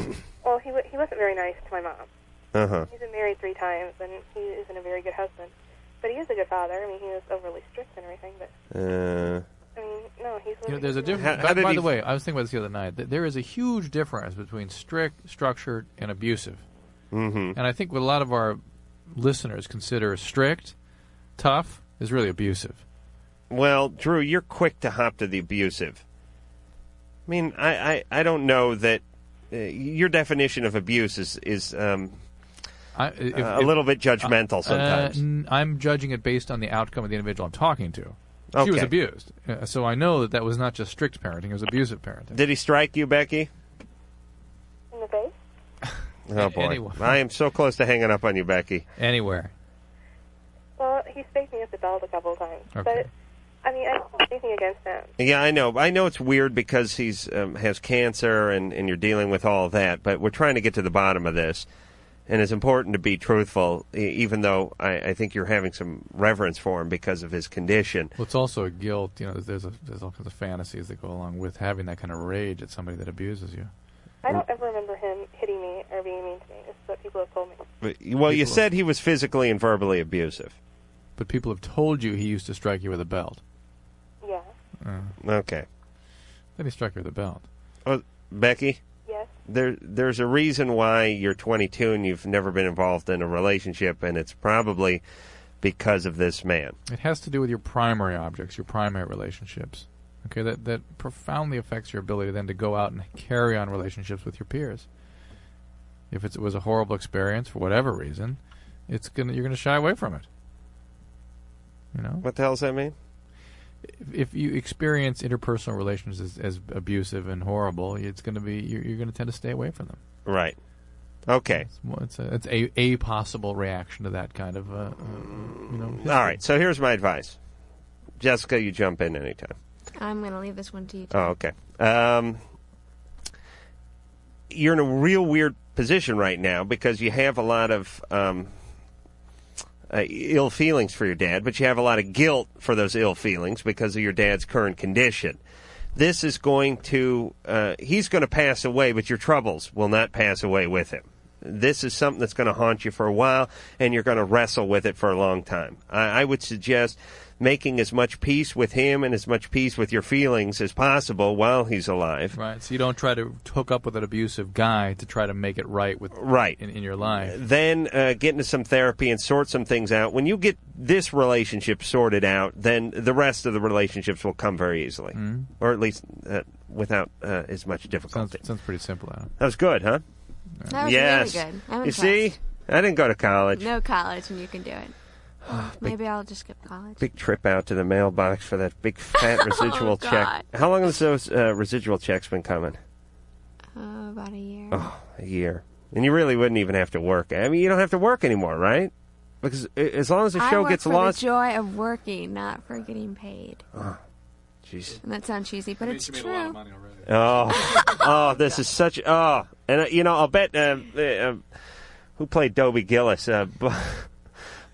well, he wa he wasn't very nice to my mom.
Uh huh.
He's been married three times, and he isn't a very good husband. But he is a good father. I mean, he was overly strict and everything. But
Uh,
I mean, no, he's.
You know, there's a
living-
difference. by by the way, I was thinking about this the other night. Th- There is a huge difference between strict, structured, and abusive.
Mm-hmm.
And I think what a lot of our listeners consider strict, tough, is really abusive.
Well, Drew, you're quick to hop to the abusive. I mean, I, I, I don't know that uh, your definition of abuse is is um,
I, if-
uh, a
if-
little bit judgmental
Uh,
sometimes.
n- I'm judging it based on the outcome of the individual I'm talking to. She was
Okay.
abused, Uh, so I know that that was not just strict parenting; it was abusive parenting.
Did he strike you, Becky?
In the face?
Oh boy,
anywhere.
I am so close to hanging up on you, Becky.
Anywhere.
Well, he spanked me at the belt a couple of times.
Okay.
But, I mean, I don't have anything against him.
Yeah, I know. I know it's weird because he's um, has cancer and, and you're dealing with all that, but we're trying to get to the bottom of this. And it's important to be truthful, e- even though I, I think you're having some reverence for him because of his condition.
Well, it's also a guilt. You know, there's a, there's all kinds of fantasies that go along with having that kind of rage at somebody that abuses you.
I don't ever remember him hitting me or being mean to me. This is what people have told me.
But- Well, you said he was physically and verbally abusive.
But people have told you he used to strike you with a belt.
Yeah.
Uh,
Okay.
then he struck you with a belt.
Oh, Becky?
Yes?
There, there's a reason why you're 22 and you've never been involved in a relationship, and it's probably because of this man.
It has to do with your primary objects, your primary relationships. Okay, that that profoundly affects your ability then to go out and carry on relationships with your peers. If it's, it was a horrible experience for whatever reason, it's gonna you're gonna shy away from it. You know
what the hell does that mean?
If you experience interpersonal relations as, as abusive and horrible, it's gonna be you're, you're gonna tend to stay away from them.
Right. Okay.
Well, it's a, it's a, a possible reaction to that kind of uh, uh, you know.
All right. So here's my advice Jessica, you jump in anytime.
I'm gonna leave this one to you.
Oh, okay. Um, you're in a real weird position right now because you have a lot of um, uh, ill feelings for your dad, but you have a lot of guilt for those ill feelings because of your dad's current condition. This is going to, uh, he's going to pass away, but your troubles will not pass away with him. This is something that's going to haunt you for a while, and you're going to wrestle with it for a long time. I, I would suggest making as much peace with him and as much peace with your feelings as possible while he's alive.
Right. So you don't try to hook up with an abusive guy to try to make it right with
right
in, in your life.
then uh, get into some therapy and sort some things out. When you get this relationship sorted out, then the rest of the relationships will come very easily,
Mm.
or at least uh, without uh, as much difficulty.
Sounds, sounds pretty simple, Adam.
That was good, huh?
That was
yes.
really good. I'm
you
impressed.
see, I didn't go to college.
No college, and you can do it. Maybe I'll just skip college.
Big trip out to the mailbox for that big fat residual
Oh,
check. How long has those uh, residual checks been coming?
Uh, about a year.
Oh, a year. And you really wouldn't even have to work. I mean, you don't have to work anymore, right? Because uh, as long as the
I
show
work
gets
for
lost,
The joy of working, not for getting paid.
Oh, jeez.
And that sounds cheesy, but it's true.
Oh, oh, this is such. Oh, and uh, you know, I'll bet uh, uh, um, who played Dobie Gillis, uh, B-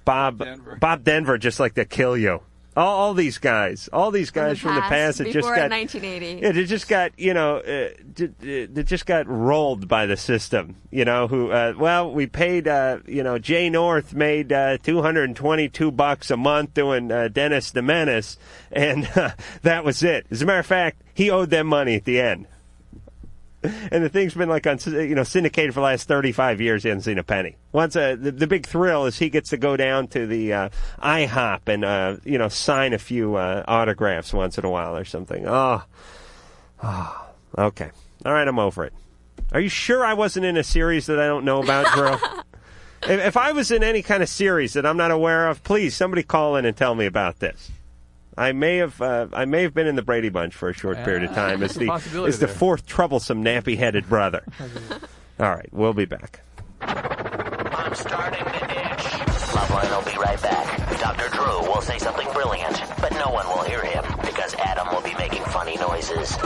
Bob
Denver.
Bob Denver, just like to kill you. All, all these guys, all these guys from the past, that just
before
got
1980.
yeah, they just got you know, uh, d- d- they just got rolled by the system. You know, who? Uh, well, we paid. Uh, you know, Jay North made uh, two hundred and twenty-two bucks a month doing uh, Dennis the Menace, and uh, that was it. As a matter of fact, he owed them money at the end. And the thing's been like on you know syndicated for the last thirty five years. He hasn't seen a penny. Once uh, the, the big thrill is he gets to go down to the uh, IHOP and uh, you know sign a few uh, autographs once in a while or something. Oh, Ah, okay. All right, I'm over it. Are you sure I wasn't in a series that I don't know about, Drew? if, if I was in any kind of series that I'm not aware of, please somebody call in and tell me about this. I may have uh, I may have been in the Brady Bunch for a short period of time as
there's a
the
possibility
as the
there.
fourth troublesome nappy headed brother. All right, we'll be back.
I'm starting to itch. Loveline will be right back. Dr. Drew will say something brilliant, but no one will hear him because Adam will be making funny noises.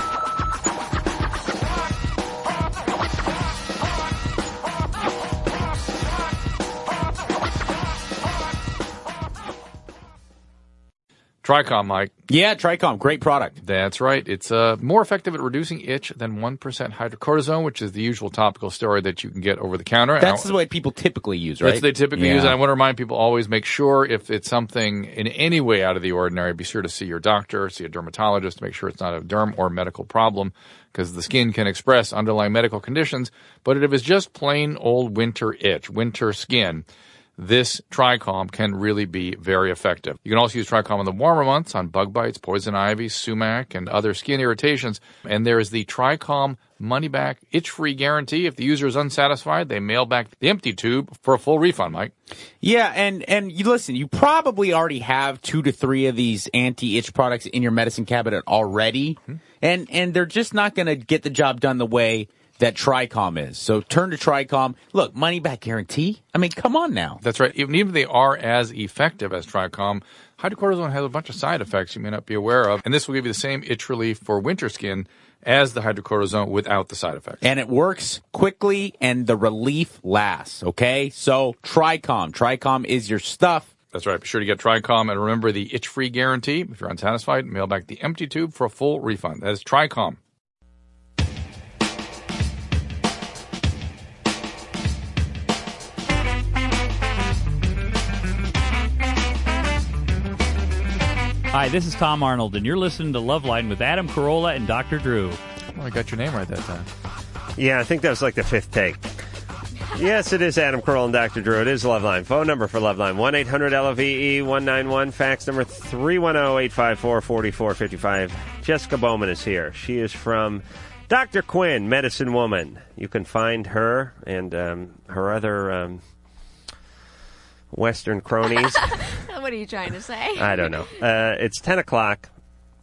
Tricom, Mike.
Yeah, Tricom, great product.
That's right. It's uh, more effective at reducing itch than 1% hydrocortisone, which is the usual topical steroid that you can get over the counter. And I-
That's the way people typically use, right?
That's what they typically
Yeah.
use. And I want to remind people always make sure if it's something in any way out of the ordinary, be sure to see your doctor, see a dermatologist, make sure it's not a derm or medical problem because the skin can express underlying medical conditions. But if it's just plain old winter itch, winter skin, this Tricom can really be very effective. You can also use Tricom in the warmer months on bug bites, poison ivy, sumac, and other skin irritations. And there is the Tricom money back itch free guarantee. If the user is unsatisfied, they mail back the empty tube for a full refund, Mike.
Yeah, and and you listen, you probably already have two to three of these anti-itch products in your medicine cabinet already,
Hmm.
and and they're just not going to get the job done the way that Tricom is. So turn to Tricom. Look, money back guarantee. I mean, come on now.
That's right. Even even if they are as effective as Tricom, hydrocortisone has a bunch of side effects you may not be aware of, and this will give you the same itch relief for winter skin as the hydrocortisone without the side effects.
And it works quickly, and the relief lasts. Okay, so Tricom. Tricom is your stuff.
That's right. Be sure to get Tricom and remember the itch free guarantee. If you're unsatisfied, mail back the empty tube for a full refund. That is Tricom.
Hi, this is Tom Arnold, and you're listening to Loveline with Adam Carolla and Dr. Drew.
I got your name right that time.
Yeah, I think that was like the fifth take. Yes, it is Adam Kroll and Dr. Drew. It is Loveline. Phone number for Loveline 1 800 LVE 191. Fax number 310 854 4455. Jessica Bowman is here. She is from Dr. Quinn, Medicine Woman. You can find her and um, her other um, Western cronies.
what are you trying to say?
I don't know. Uh, it's 10 o'clock.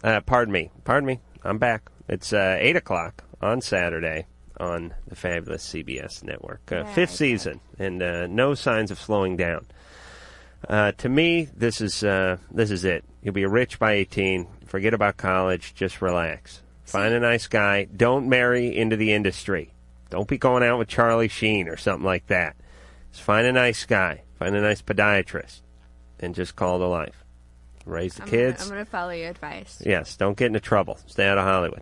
Uh, pardon me. Pardon me. I'm back. It's uh, 8 o'clock on Saturday on the fabulous CBS network. Uh, fifth season, and uh, no signs of slowing down. Uh, to me, this is uh, this is it. You'll be rich by 18. Forget about college. Just relax. Find a nice guy. Don't marry into the industry. Don't be going out with Charlie Sheen or something like that. Just find a nice guy. Find a nice podiatrist, and just call the life. Raise the
I'm
kids.
Gonna, I'm going to follow your advice.
Yes, don't get into trouble. Stay out of Hollywood.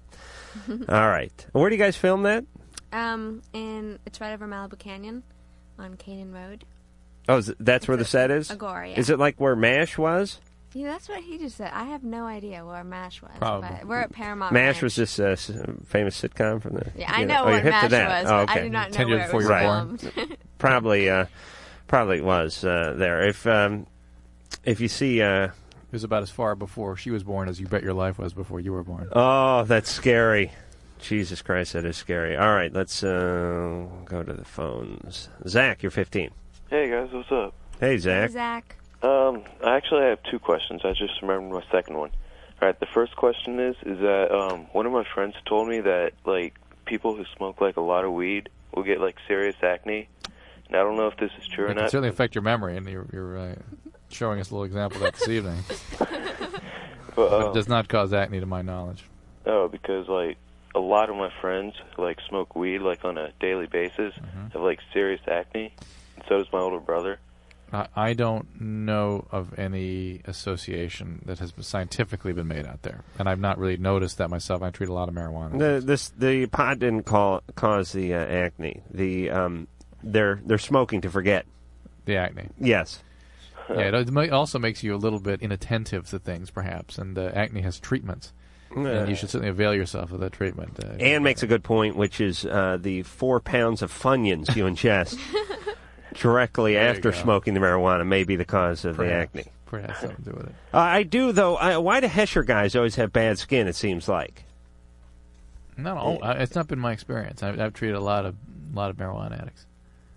All right. Where do you guys film that?
Um, and it's right over Malibu Canyon on Canyon Road.
Oh, is it, that's where the set is?
Agora, yeah.
Is it like where MASH was?
Yeah, that's what he just said. I have no idea where MASH was.
Probably.
But we're at Paramount.
MASH
Ranch.
was this uh, s- famous sitcom from the.
Yeah, I
you
know
oh, you're
what
hip to
MASH
that.
was,
Oh,
but I
okay.
do not know Ten years where it before you were was
Right.
born.
probably, uh, probably was uh, there. If um, if you see, uh,
It was about as far before she was born as you bet your life was before you were born.
oh, that's scary. Jesus Christ, that is scary. All right, let's uh, go to the phones. Zach, you're 15.
Hey guys, what's up?
Hey, Zach.
Zach.
Um, I actually have two questions. I just remembered my second one. All right, the first question is is that um, one of my friends told me that like people who smoke like a lot of weed will get like serious acne, and I don't know if this is true or
It can
not.
certainly affect your memory, and you're, you're uh, showing us a little example of that this evening.
But,
But
um,
it does not cause acne to my knowledge.
Oh, because like a lot of my friends like smoke weed like on a daily basis,
Mm-hmm.
have like serious acne, and so does my older brother.
I, I don't know of any association that has scientifically been made out there, and I've not really noticed that myself. I treat a lot of marijuana.
The this the pot didn't call, cause the uh, acne. The um, they're they're smoking to forget.
The acne.
Yes.
yeah, it al- might- also makes you a little bit inattentive to things, perhaps, and uh, acne has treatments, and you should certainly avail yourself of that treatment. Uh,
Anne makes a good point, which is uh, the four pounds of Funyuns you ingest directly
There you
after
go.
smoking the marijuana may be the cause of the
perhaps,
acne.
perhaps something to do with it.
Uh, I do though. I, why do Hesher guys always have bad skin? It seems like.
Not all. I- It's not been my experience. I've, I've treated a lot of a lot of marijuana addicts.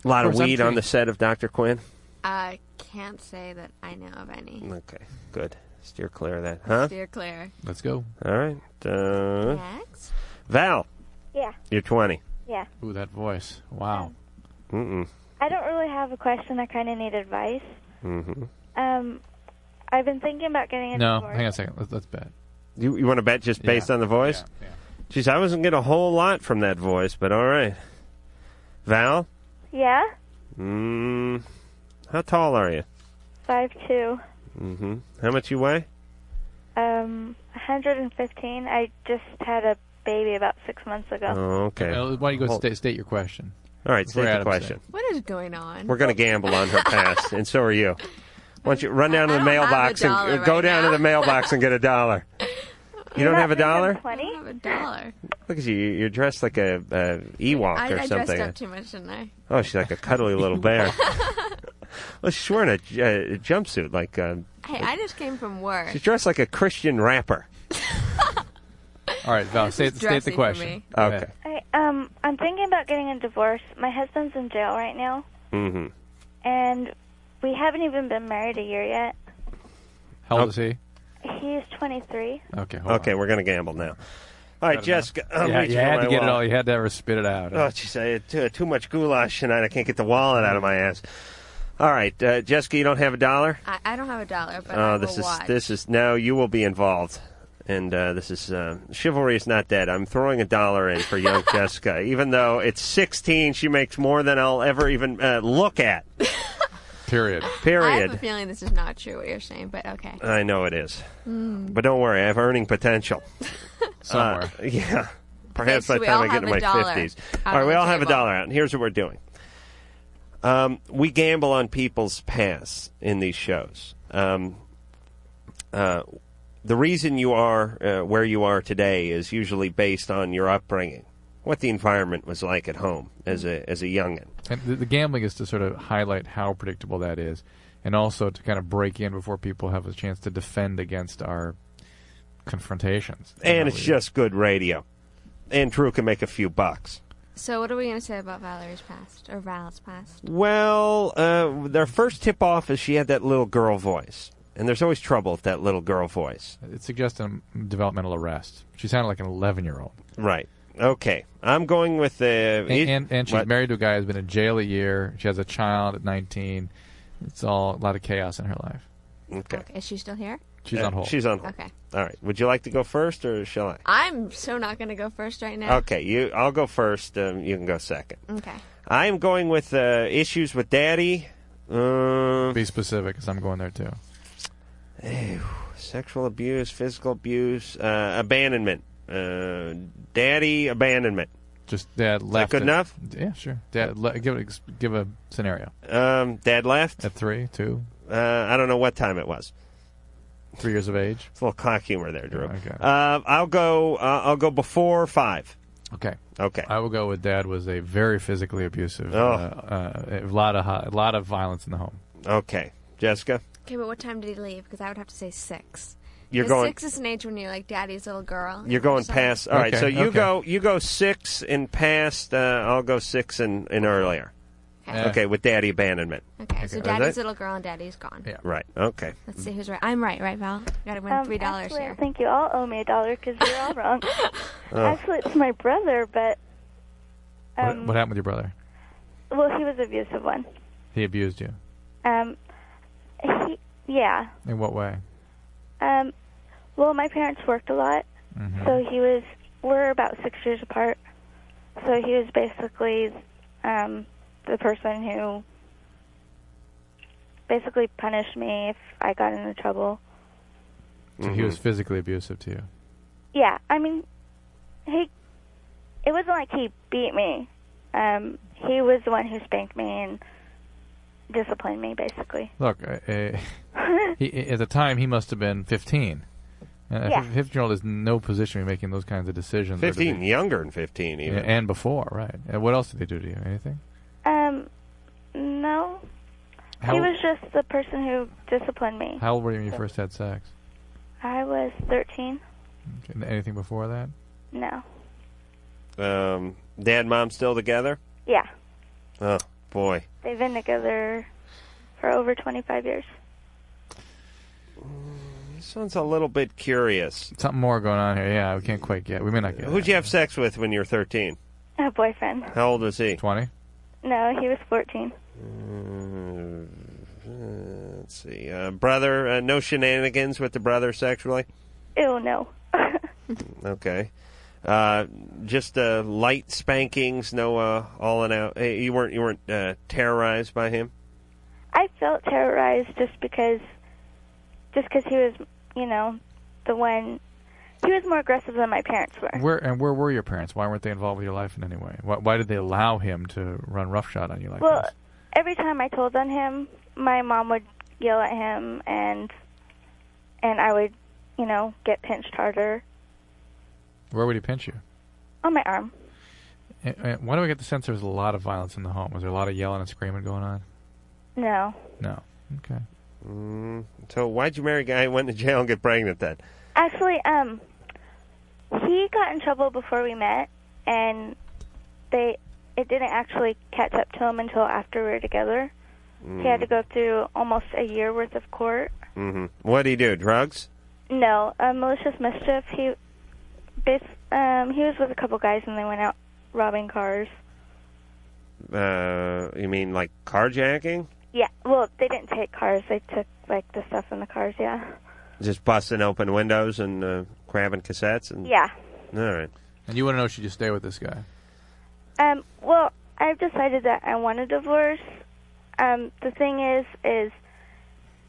A lot of
course, I'm
weed on
treating-
the set of Doctor Quinn.
I can't say that I know of any.
Okay, good. Steer clear of that, huh?
Steer clear.
Let's go.
All right. Uh,
Next.
Val,
Yeah,
you're 20.
yeah.
Ooh, that voice! Wow.
Mm-mm.
I don't really have a question. I kind of need advice.
Mm-hmm.
Um, I've been thinking about getting a
No,
divorce.
hang on a second. Let's, let's bet.
You, you want to bet just based on the voice? Yeah, Jeez, I wasn't getting a whole lot from that voice, but all right. Val,
Yeah,
mm, how tall are you? Mm-hmm.
five two.
hmm How much you weigh?
Um, 115. I just had a baby about six months ago.
Oh, okay.
Well, Uh, Why don't you go
Hold-
state, state your question?
All right, state
Before
the
Adam
question.
said.
What is going on?
We're going to gamble on her past, and so are you. Why don't you run down to the mailbox and
dollar
go
right
down to the mailbox and get a dollar? You don't have a dollar?
Twenty.
I have a dollar.
Look at you. You're dressed like a, a Ewok
I,
or
I dressed
something.
up too much, didn't I?
Oh, she's like a cuddly little bear. well, she's wearing a, j- a jumpsuit. Like um,
Hey, I just came from work.
she's dressed like a Christian rapper.
All right, Val,
This
state,
is
state the
dressy for
question.
me.
Okay.
I, um, I'm thinking about getting a divorce. My husband's in jail right now,
Mm-hmm.
and we haven't even been married a year yet.
How old is he?
He's 23.
Okay, hold
Okay, we're going to gamble now. All right, Jessica. I'm
yeah,
reaching
you
for
had
my
to get it
wallet.
all. You had to ever spit it out.
Oh, jeez, I had too, too much goulash tonight. I can't get the wallet out of my ass. All right, uh, Jessica, you don't have a dollar.
I, I don't have a dollar, but I
Oh,
will
this is
watch.
this is now you will be involved, and uh, this is uh, chivalry is not dead. I'm throwing a dollar in for young Jessica, even though it's 16. She makes more than I'll ever even uh, look at.
Period.
I have a
Period.
feeling this is not true what you're saying, but okay.
I know it is,
Mm.
but don't worry, I have earning potential.
Somewhere.
Uh, yeah. Perhaps by
Okay, so
the
we
time
all
I get
have
to
a
my
dollar
fifties.
out
All right,
on
we
the
all have a
table.
dollar out. And here's what we're doing. Um, we gamble on people's pasts in these shows. Um, uh, the reason you are uh, where you are today is usually based on your upbringing, what the environment was like at home as a as a youngin.
And the, the gambling is to sort of highlight how predictable that is, and also to kind of break in before people have a chance to defend against our confrontations.
and it's just good radio. And Drew can make a few bucks.
So what are we going to say about Valerie's past or Val's past?
Well, uh, their first tip off is she had that little girl voice, and there's always trouble with that little girl voice.
It suggests a developmental arrest. She sounded like an 11 year old.
Right. Okay. I'm going with the.
And, and, and she's
what?
married to a guy who's been in jail a year. She has a child at 19. It's all a lot of chaos in her life.
Okay.
Is she still here?
She's
Uh,
on hold.
She's on hold.
Okay.
All right. Would you like to go first, or shall I?
I'm so not going to go first right now.
Okay. You. I'll go first. Um, you can go second.
Okay.
I am going with uh, issues with daddy. Um,
Be specific, because I'm going there too.
sexual abuse, physical abuse, uh, abandonment. Uh, daddy abandonment.
Just dad left.
Is that good
it.
enough?
Yeah, sure. Dad, le- give it, give a scenario.
Um, dad left
At three, two,
Uh, I don't know what time it was.
three years of age.
It's a little cock humor there, Drew.
Okay.
Uh, I'll go. Uh, I'll go before five.
Okay.
Okay.
I will go with dad was a very physically abusive.
Oh.
Uh, uh, a lot of hi- a lot of violence in the home.
Okay, Jessica.
Okay, but what time did he leave? Because I would have to say six.
You're
'Cause
going-
six is an age when you're like daddy's little girl.
You're going past. All right,
Okay,
so you
okay.
go. You go six and past. Uh, I'll go six and, and earlier.
Okay.
Okay, with daddy abandonment.
Okay, so
Is
daddy's
that-
little girl and daddy's gone.
Yeah.
Right. Okay.
Let's see who's right. I'm right, right, Val? Got to win
Um,
three dollars
actually, I
here.
think you all owe me a dollar because you're all wrong.
Oh.
Actually, it's my brother, but
what,
um,
what happened with your brother?
well, he was abusive one.
He abused you.
Um, he, yeah.
In what way?
Um, well, my parents worked a lot, so he was. We're about six years apart, so he was basically um, the person who basically punished me if I got into trouble.
So he
Mm-hmm.
was physically abusive to you.
Yeah, I mean, he. It wasn't like he beat me. Um, he was the one who spanked me and disciplined me, basically.
Look, uh, uh, he, at the time he must have been 15. Uh, a
Yeah.
15 year old is in no position to be making those kinds of decisions. or to be-
Fifteen, younger than fifteen, even.
Yeah, and before, right? And what else did they do to you? Anything?
Um, no,
How,
he was just the person who disciplined me.
how old were you when you first had sex?
I was thirteen.
Okay, and Anything before that?
No.
Um, dad, mom, still together.
Yeah,
Oh boy.
they've been together for over twenty-five years.
This sounds a little bit curious.
Something more going on here. Yeah, we can't quite get. We may not get.
Who'd you have sex with when you were thirteen?
A boyfriend.
How old was he?
Twenty.
No, he was fourteen.
Uh, let's see. Uh, brother, uh, no shenanigans with the brother sexually.
Ew, no.
Okay. Uh, just uh, light spankings, no uh, all in out. eh, You weren't you weren't uh, terrorized by him.
I felt terrorized just because, just because he was, you know, the one. He was more aggressive than my parents were.
Where and where were your parents? Why weren't they involved with your life in any way? Why, why did they allow him to run roughshod on you like
well,
this?
every time I told on him, my mom would yell at him, and and I would, you know, get pinched harder
Where would he pinch you?
on my arm.
And, and why do I get the sense there was a lot of violence in the home? Was there a lot of yelling and screaming going on?
No,
No. Okay.
Mm, so why'd you marry a guy who went to jail and get pregnant then?
actually, um, he got in trouble before we met, and they it didn't actually catch up to him until after we were together. He
Mm.
had to go through almost a year worth of court.
hmm What'd he do? Drugs?
No, uh, malicious mischief. He, bas- um, he was with a couple guys and they went out robbing cars.
Uh, you mean like carjacking?
Yeah, well, they didn't take cars. They took like the stuff in the cars. Yeah,
Just busting open windows and uh, grabbing cassettes? And...
yeah.
All right.
And you want to know should you stay with this guy?
Um, well, I've decided that I want a divorce. Um, the thing is, is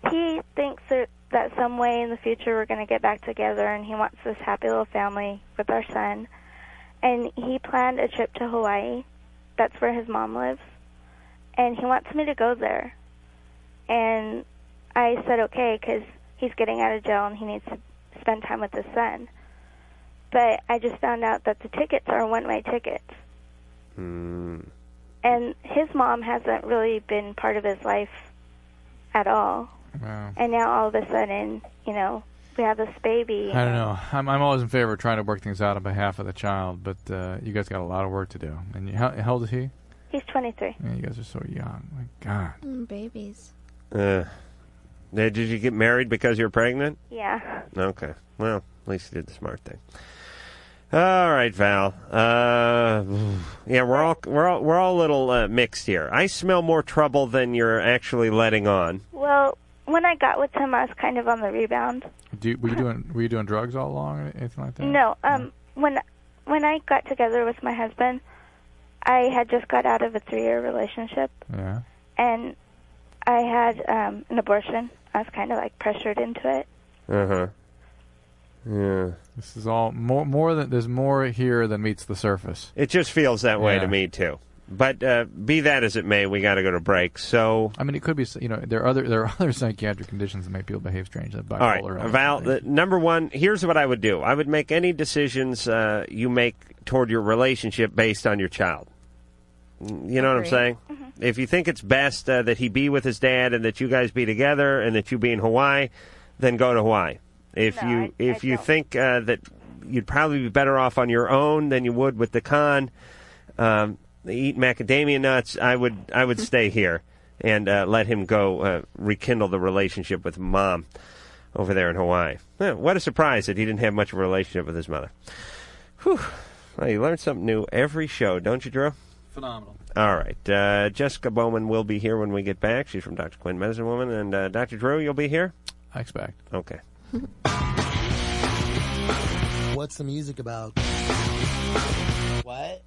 he thinks that, that some way in the future we're going to get back together, and he wants this happy little family with our son. And he planned a trip to Hawaii. That's where his mom lives, and he wants me to go there. And I said okay because he's getting out of jail and he needs to spend time with his son. But I just found out that the tickets are one-way tickets
Mm.
and his mom hasn't really been part of his life at all.
Wow.
And now all of a sudden, you know, we have this baby.
I don't know. I'm, I'm always in favor of trying to work things out on behalf of the child, but uh, you guys got a lot of work to do. And you, how, how old is he?
He's 23.
Man, you guys are so young. My God.
Mm, babies.
Uh, did you get married because you're pregnant?
Yeah.
Okay. Well, at least you did the smart thing. All right, Val. Uh, yeah, we're all we're all we're all a little uh, mixed here. I smell more trouble than you're actually letting on.
Well, when I got with him, I was kind of on the rebound.
Do you, were you doing were you doing drugs all along or anything like that?
No, um, when when I got together with my husband, I had just got out of a three-year relationship,
Yeah.
and I had um, an abortion. I was kind of like pressured into it.
Uh huh. Yeah.
This is all more more than there's more here than meets the surface.
It just feels that way to
Yeah.
me too. But uh, be that as it may, we got to go to break. So
I mean, it could be you know there are other there are other psychiatric conditions that make people behave strangely. Bipolar.
All
or-
right, Val. The, number one, here's what I would do. I would make any decisions uh, you make toward your relationship based on your child. You know what I'm
Agreed.
saying? If you think it's best uh, that he be with his dad and that you guys be together and that you be in Hawaii, then go to Hawaii. If you if you think uh, that you'd probably be better off on your own than you would with the con, um, eat macadamia nuts. I would I would stay here and uh, let him go uh, rekindle the relationship with mom over there in Hawaii. Eh, What a surprise that he didn't have much of a relationship with his mother. Whew. Well, you learn something new every show, don't you, Drew?
Phenomenal.
All right. Uh, Jessica Bowman will be here when we get back. She's from Dr. Quinn Medicine Woman. And uh, Dr. Drew, you'll be here?
I expect.
Okay.
What's the music about?
What?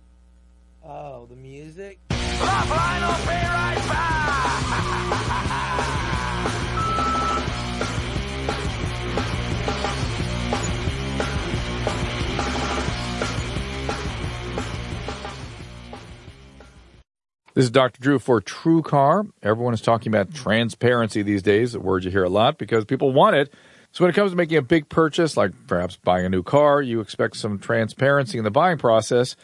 Oh, the music?
This is Dr. Drew for True Car. Everyone is talking about transparency these days, a word you hear a lot because people want it. So when it comes to making a big purchase, like perhaps buying a new car, you expect some transparency in the buying process.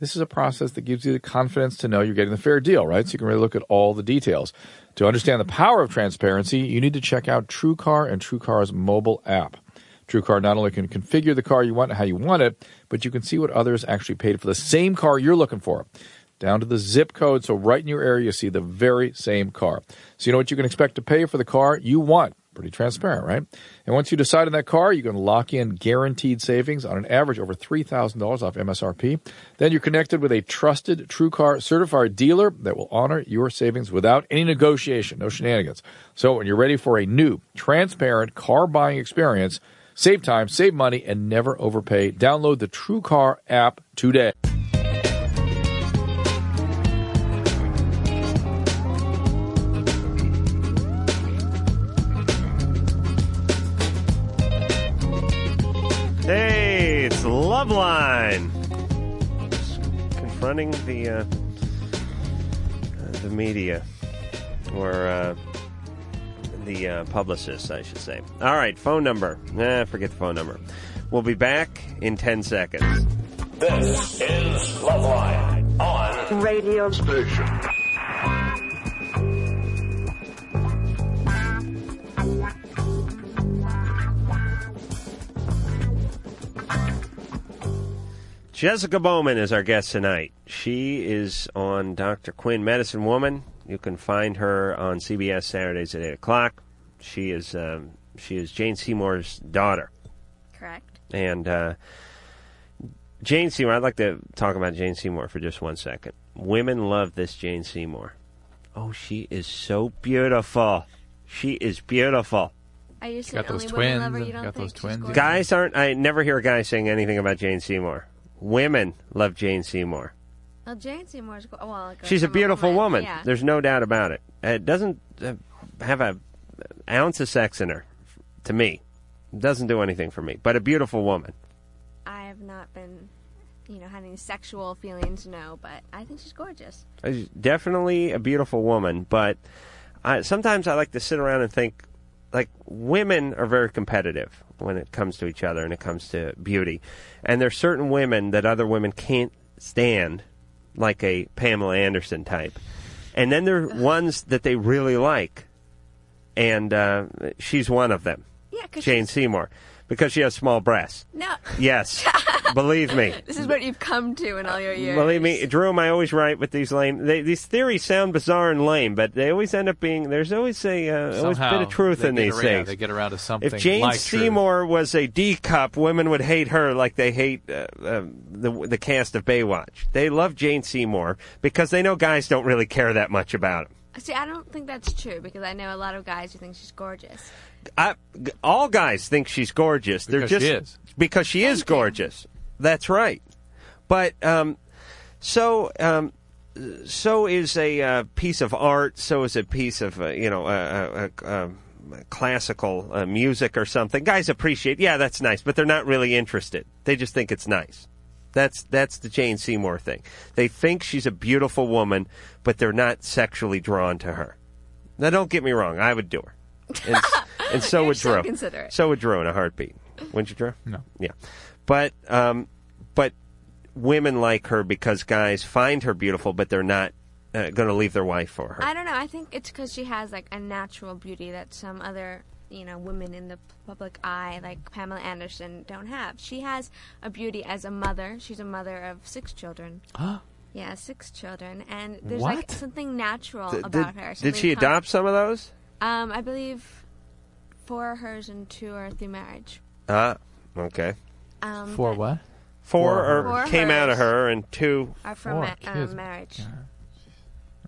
This is a process that gives you the confidence to know you're getting the fair deal, right? So you can really look at all the details. To understand the power of transparency, you need to check out True Car and True Car's mobile app. TrueCar not only can configure the car you want and how you want it, but you can see what others actually paid for the same car you're looking for, down to the zip code. So right in your area, you see the very same car. So you know what you can expect to pay for the car you want. Pretty transparent, right? And once you decide on that car, you can lock in guaranteed savings on an average over $3,000 off MSRP. Then you're connected with a trusted TrueCar certified dealer that will honor your savings without any negotiation, no shenanigans. So when you're ready for a new, transparent car buying experience, Save time, save money, and never overpay. Download the TrueCar app today.
line. Confronting the uh, uh, the media or uh, the uh, publicists, I should say. All right, phone number. Nah, forget the phone number. We'll be back in ten seconds.
This is Loveline on Radio Station.
Jessica Bowman is our guest tonight. She is on Dr. Quinn Medicine Woman. You can find her on CBS Saturdays at eight o'clock. She is um, she is Jane Seymour's daughter,
Correct.
and uh, Jane Seymour. I'd like to talk about Jane Seymour for just one second. Women love this Jane Seymour. Oh, she is so beautiful. She is beautiful.
Are you
got
saying
those
only women love her?
twins,
You don't
got
think
those twins.
Guys aren't. I never hear a guy saying anything about Jane Seymour. Women love Jane Seymour.
Well, Jane Seymour's go- well, it goes
She's a
from
beautiful woman.
Yeah.
There's no doubt about it. It doesn't uh, have a ounce of sex in her, to me. It doesn't do anything for me. But a beautiful woman.
I have not been, you know, had any sexual feelings. No, but I think she's gorgeous.
Uh, definitely a beautiful woman, but I, sometimes I like to sit around and think, like women are very competitive when it comes to each other and it comes to beauty, and there's certain women that other women can't stand, like a Pamela Anderson type, and then there are ones that they really like, and uh, she's one of them.
Yeah, 'cause
Jane Seymour, because she has small breasts.
No.
Yes, believe me. Uh,
This is what you've come to in all your years.
Believe me, Drew, am I always right with these lame? They, these theories sound bizarre and lame, but they always end up being. There's always a uh, always a bit
Somehow
of truth
they
in
get
these
around-
things.
They get around to something.
if Jane
like
Seymour was a D cup, women would hate her like they hate uh, uh, the the cast of Baywatch. They love Jane Seymour because they know guys don't really care that much about him.
See, I don't think that's true because I know a lot of guys who think she's gorgeous.
I, g- all guys think she's gorgeous. They're
Because
just
she
because she is gorgeous. That's right. But um, so um, so is a uh, piece of art. So is a piece of uh, you know uh, uh, uh, um, classical uh, music or something. Guys appreciate. Yeah, that's nice, but they're not really interested. They just think it's nice. That's that's the Jane Seymour thing. They think she's a beautiful woman, but they're not sexually drawn to her. Now, don't get me wrong. I would do her, and, and so
You're
would
so
Drew.
considerate.
So would Drew in a heartbeat. Wouldn't you, Drew? No. Yeah, but um, but women like her because guys find her beautiful, but they're not uh, going to leave their wife for her.
I don't know. I think it's because she has like a natural beauty that some other, you know, women in the public eye, like Pamela Anderson, don't have. She has a beauty as a mother. She's a mother of six children. yeah, six children, and there's like
What?
something natural
Th-
about
did,
her.
Did
something
she
kind-
adopt some of those?
Um, I believe four are hers and two are through marriage.
Ah, okay.
Um, but
what? Four,
Four
are,
of hers.
came
Four
out of her, and two
Are from ma- um, marriage.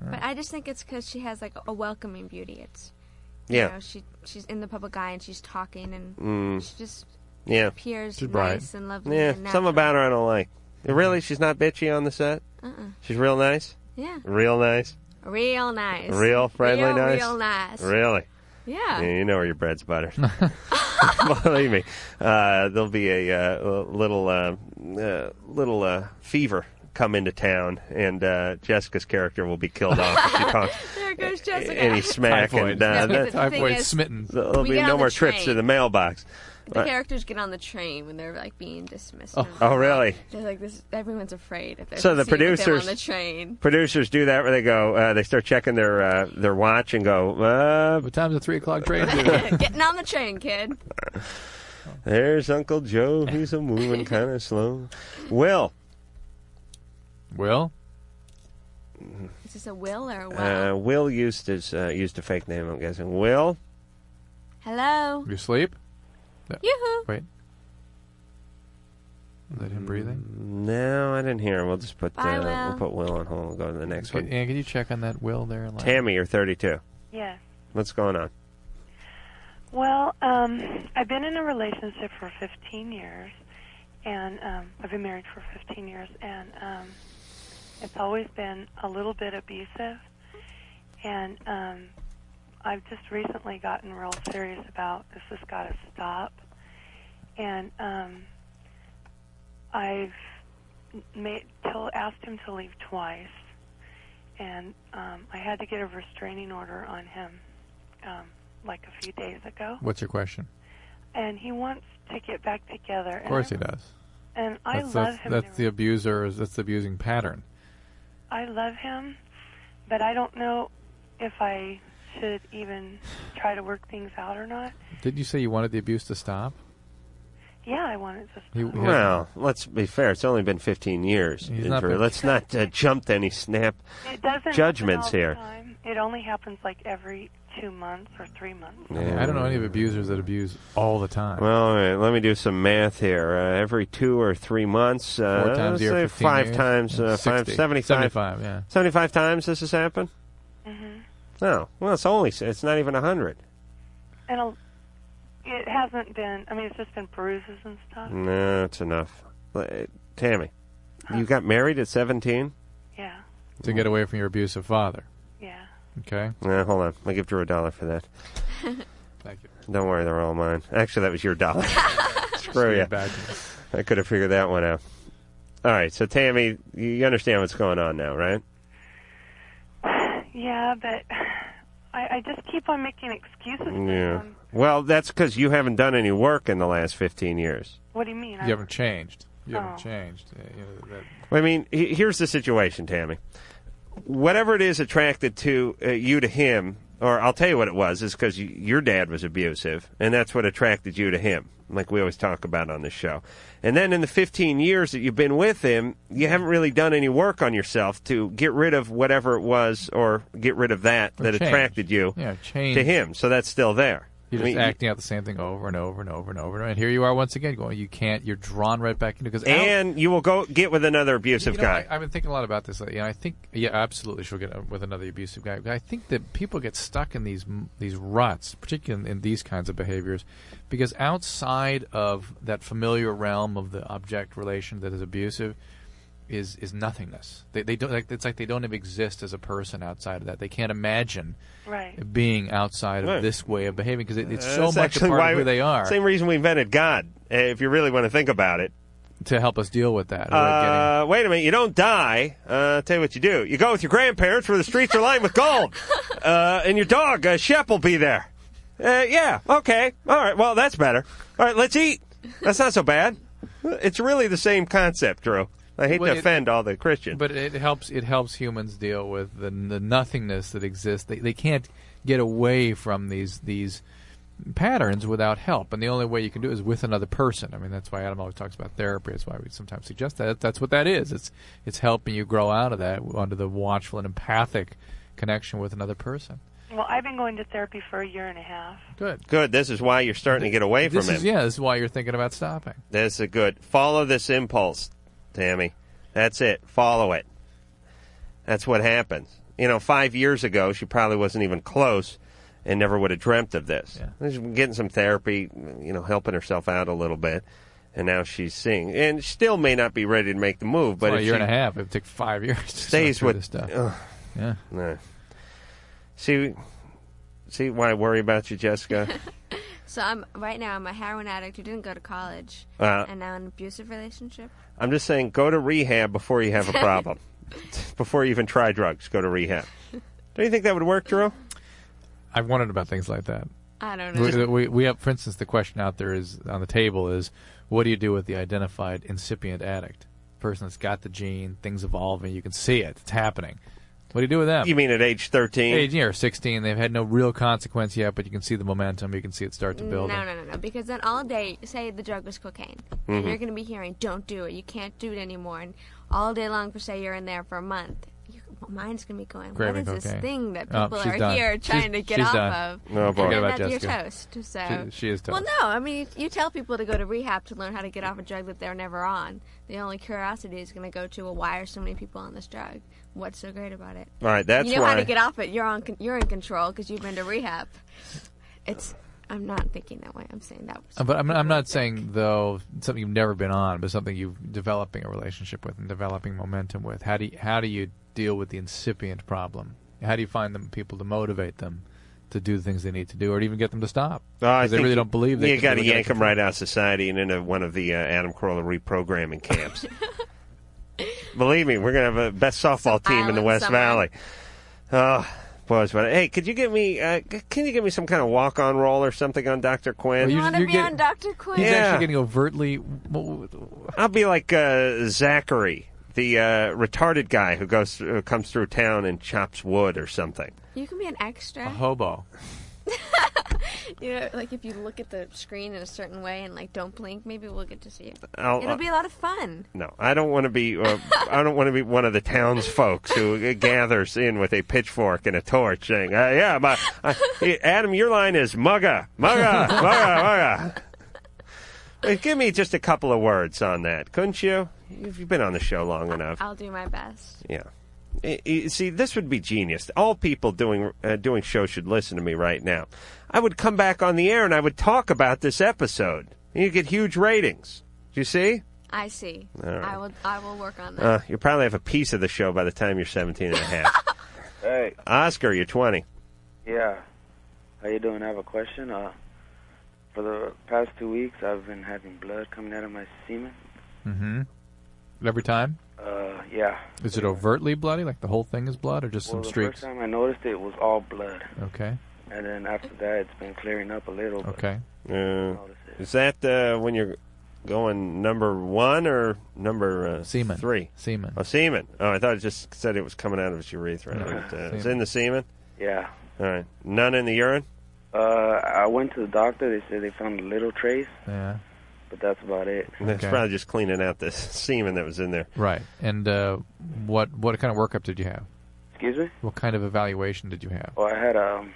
But I just think it's because she has like a welcoming beauty. It's you
Yeah.
know, she she's in the public eye and she's talking and
Mm.
she just
Yeah.
appears nice and lovely.
Yeah,
and
something about her I don't like. Really, she's not bitchy on the set.
Uh-uh.
She's real nice.
Yeah.
Real nice.
real nice,
Real friendly
Real,
nice.
real nice.
Really.
Yeah.
you know where your bread's buttered. Believe me, uh, there'll be a uh, little uh, uh, little uh, fever come into town, and uh, Jessica's character will be killed off if she talks
There goes Jessica.
any smack. And,
Typhoid.
uh,
No, but
that-
the thing Typhoid is, smitten.
There'll
we
be
get on
no
the
more trips
train.
to the mailbox.
The
Uh,
characters get on the train when they're like being dismissed.
Oh.
and
Oh, really?
They're like this. Everyone's afraid. If they're
so the
seen with them
producers
on the train.
producers do that where they go uh, they start checking their uh, their watch and go uh, what time's the three o'clock train
Getting on the train, kid.
there's uncle joe he's a moving kind of slow will will
Is this a will or a
uh,
will?
will used his uh, used a fake name i'm guessing will
Hello.
you sleep
Yoo-hoo.
wait is that him breathing Mm, no i didn't hear him we'll just put
Bye,
uh,
Will.
we'll put will on hold and go to the next
Sure.
one
And can you check on that will there? Like,
tammy you're 32
Yeah.
what's going on
Well, um, I've been in a relationship for 15 years, and um, I've been married for 15 years, and um, it's always been a little bit abusive. And um, I've just recently gotten real serious about this has got to stop. And um, I've made, till asked him to leave twice, and um, I had to get a restraining order on him um, like a few days ago.
What's your question?
And he wants to get back together.
Of course he does.
And I
that's,
love
that's,
him.
That's the abuser. That's the abusing pattern.
I love him, but I don't know if I should even try to work things out or not.
Did you say you wanted the abuse to stop?
Yeah, I want it to.
He-
Well, let's be fair. It's only been 15 years.
He's
Drew.
not been-
Let's not uh, jump to any snap
It doesn't happen
judgments
all the
here.
time. It only happens like every two months or three months.
I, mean, I don't know any of abusers that abuse all the time.
Well, all right, let me do some math here. Uh, every two or three months, uh,
Four times
let's
a year,
say
15
five
years.
times, uh, five,
60.
75,
75, yeah.
75 times this has happened? Mm-hmm. No. Well, it's only, it's not even 100.
And a, it hasn't been. I mean, it's just been bruises and stuff.
No, it's enough. Uh, Tammy, you got married at 17?
Yeah.
To get away from your abusive father.
Yeah.
Okay.
Uh, hold on. I'll give Drew a dollar for that.
Thank you.
Don't worry, they're all mine. Actually, that was your dollar. Screw
Give
you.
it back.
I could have figured that one out. All right, so Tammy, you understand what's going on now, right?
Yeah, but I, I just keep on making excuses.
Yeah.
um,
Well, that's because you haven't done any work in the last 15 years.
What do you mean?
You haven't changed. You
Oh.
haven't changed. Uh, you know, that-
I mean, he- here's the situation, Tammy. Whatever it is attracted to uh, you to him, or I'll tell you what it was, is because y- your dad was abusive, and that's what attracted you to him, like we always talk about on this show. And then in the 15 years that you've been with him, you haven't really done any work on yourself to get rid of whatever it was or get rid of that that
changed.
attracted you
Yeah, changed.
to him. So that's still there.
You're
I
just
mean,
acting out the same thing over and over and over and over and over. And here you are once again going, you can't, you're drawn right back into because
and you will go get with another abusive
You know,
guy.
I, have been thinking a lot about this lately, and I think, yeah, absolutely, she'll get with another abusive guy. But I think that people get stuck in these these ruts, particularly in, in these kinds of behaviors, because outside of that familiar realm of the object relation that is abusive, is is nothingness. They they don't like it's like they don't even exist as a person outside of that. They can't imagine
Right.
being outside of
Right.
this way of behaving because it, it's
Uh,
so
that's
much a
actually
part
why
of who they are
Same reason we invented God, uh, if you really want to think about it.
to help us deal with that. We're getting-
Uh, wait a minute, you don't die. Uh, tell you what you do. You go with your grandparents where the streets are lined with gold. Uh, and your dog, uh, Shep, will be there. Uh, yeah, okay. All right, well, that's better. All right, let's eat. That's not so bad. It's really the same concept, Drew. I hate
Well,
to
it-
offend all the Christians.
But it helps. It helps humans deal with the, the nothingness that exists. They they can't get away from these these patterns without help, and the only way you can do it is with another person. I mean, that's why Adam always talks about therapy. That's why we sometimes suggest that. That's what that is. It's it's helping you grow out of that under the watchful and empathic connection with another person.
Well, I've been going to therapy for a year and a half.
Good.
Good, this is why you're starting to get away from
This
him.
is yeah. This is why you're thinking about stopping.
That's a good. Follow this impulse, Tammy. That's it. Follow it. That's what happens. You know, five years ago, she probably wasn't even close and never would have dreamt of this. She's getting some therapy, you know, helping herself out a little bit. And now she's seeing, and still may not be ready to make the move. But
Well, a
if
year
she
and a half. It took five years. To
stays
sort through
with
this stuff.
Ugh.
Yeah.
No. See, see why I worry about you, Jessica.
So I'm right now. I'm a heroin addict who didn't go to college,
Uh,
and now in an abusive relationship.
I'm just saying, go to rehab before you have a problem. before you even try drugs, go to rehab. Do you think that would work, Drew?
I've wondered about things like that.
I don't know.
We, we, we have, for instance, the question out there is on the table is, what do you do with the identified incipient addict, person that's got the gene, things evolving, you can see it, it's happening. What do you do with them?
You mean at age 13?
Age yeah, or sixteen, they've had no real consequence yet, but you can see the momentum, you can see it start to build.
Mm, No, no, no, no. Because then all day, say the drug was cocaine, and
Mhm.
you're going to be hearing, "Don't do it. You can't do it anymore." And all day long, for say you're in there for a month, your mind's going to be going,
Craving
"What is
cocaine.
this thing that
Oh,
people
she's
are
done.
here
She's-
trying to get
she's
off
done.
of?"
No,
and
boy. Forget
then
about
that- you're
Jessica.
toast. So
She- she is
Well,
toast.
no. I mean, you tell people to go to rehab to learn how to get off a drug that they're never on. The only curiosity is going to go to, "Well, why are so many people on this drug? What's so great about it?"
All right, that's
you know how
why-
to get off it. You're on. con- You're in control because you've been to rehab. It's. I'm not thinking that way. I'm saying that.
Uh, But I'm, I'm not saying though something you've never been on, but something you're developing a relationship with and developing momentum with. How do you, how do you deal with the incipient problem? How do you find them people to motivate them to do the things they need to do, or to even get them to stop?
Oh, I
Because they
think
really don't believe they
you
can
got to
do it.
yank them right out of society and into one of the uh, Adam Carolla reprogramming camps. Believe me, we're gonna have a best softball team in the West
somewhere.
Valley. Oh, boy, but hey, could you give me? Uh, c- can you give me some kind of walk-on role or something on Doctor Quinn?
I want to be on Dr. Quinn.
Yeah.
getting overtly.
I'll be like uh, Zachary, the uh, retarded guy who goes who comes through town and chops wood or something.
You can be an extra.
Uh-huh.
hobo.
You know, like if you look at the screen in a certain way and like don't blink, maybe we'll get to see you.
I'll- uh
It'll be a lot of fun.
No, I don't want to be. Uh, I don't want to be one of the townsfolks who uh, gathers in with a pitchfork and a torch, saying, uh, "Yeah, my I, Adam, your line is mugga, mugga, mugga, mugga." Wait, give me just a couple of words on that, couldn't you? You've been on the show long enough.
I'll do my best.
Yeah. I- I- See, this would be genius. All people doing uh, doing shows should listen to me right now. I would come back on the air and I would talk about this episode. You get huge ratings. Do you see?
I see.
All right.
I will. I will work on that.
Uh, you'll probably have a piece of the show by the time you're 17 and a half.
Hey,
Oscar, you're 20.
yeah. How you doing? I have a question. Uh, for the past two weeks, I've been having blood coming out of my semen.
Mm-hmm. Every time.
Uh, yeah.
Is it overtly bloody? Like the whole thing is blood, or just
well,
some
the
streaks?
first time I noticed it was all blood,
Okay.
and then after that, it's been clearing up a little. But
Okay.
Uh, is that uh, when you're going number one or number uh,
Semen.
three?
Semen.
Oh, semen. Oh, I thought it just said it was coming out of his urethra.
No.
But, uh, It's
Semen.
in the semen?
Yeah.
All right. None in the urine?
Uh, I went to the doctor. They said they found a little trace,
Yeah.
but that's about it.
It's probably just cleaning out the semen that was in there.
Right. And uh, what what kind of workup did you have?
Excuse me.
What kind of evaluation did you have?
Well, I had um,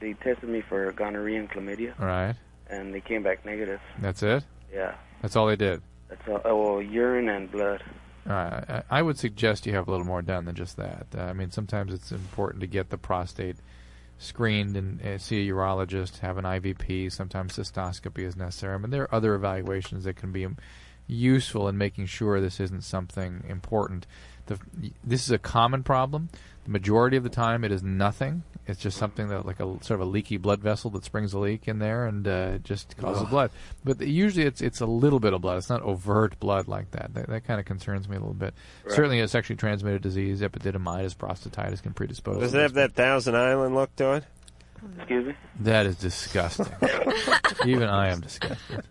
they tested me for gonorrhea and chlamydia,
All right.
and they came back negative.
That's it.
Yeah.
That's all they did.
That's all. Oh, well, urine and blood.
All right. Uh, I, I would suggest you have a little more done than just that. Uh, I mean, sometimes it's important to get the prostate screened and uh, see a urologist, have an IVP. Sometimes cystoscopy is necessary. I mean, there are other evaluations that can be um, useful in making sure this isn't something important. The, this is a common problem. The majority of the time, it is nothing. It's just something that, like a sort of a leaky blood vessel that springs a leak in there and uh, just causes
Ugh.
blood. But the- usually, it's it's a little bit of blood. It's not overt blood like that. That, that kind of concerns me a little bit.
Right.
Certainly, a sexually transmitted disease, epididymitis, prostatitis, can predispose.
Does
to
it have that Thousand Island look to it?
Excuse me?
That is disgusting. Even I am disgusted.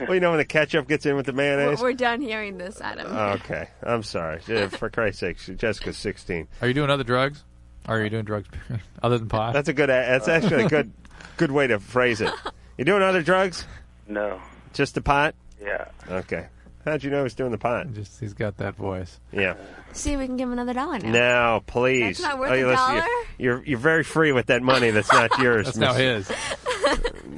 Well, you know when the ketchup gets in with the
We're,
mayonnaise?
we're done hearing this, Adam.
Oh, okay. I'm sorry. Uh, For Christ's sake, Jessica's 16.
Are you doing other drugs? Or are you doing drugs other than pot?
That's a good. That's actually a good, good way to phrase it. You doing other drugs?
No.
Just the pot?
Yeah.
Okay. How'd you know he's doing the pot?
Just he's got that voice.
Yeah.
See, we can give him another dollar now.
No, please.
That's not worth
Oh,
a
you listen, you-
dollar?
You're you're very free with that money. That's not yours.
That's not his.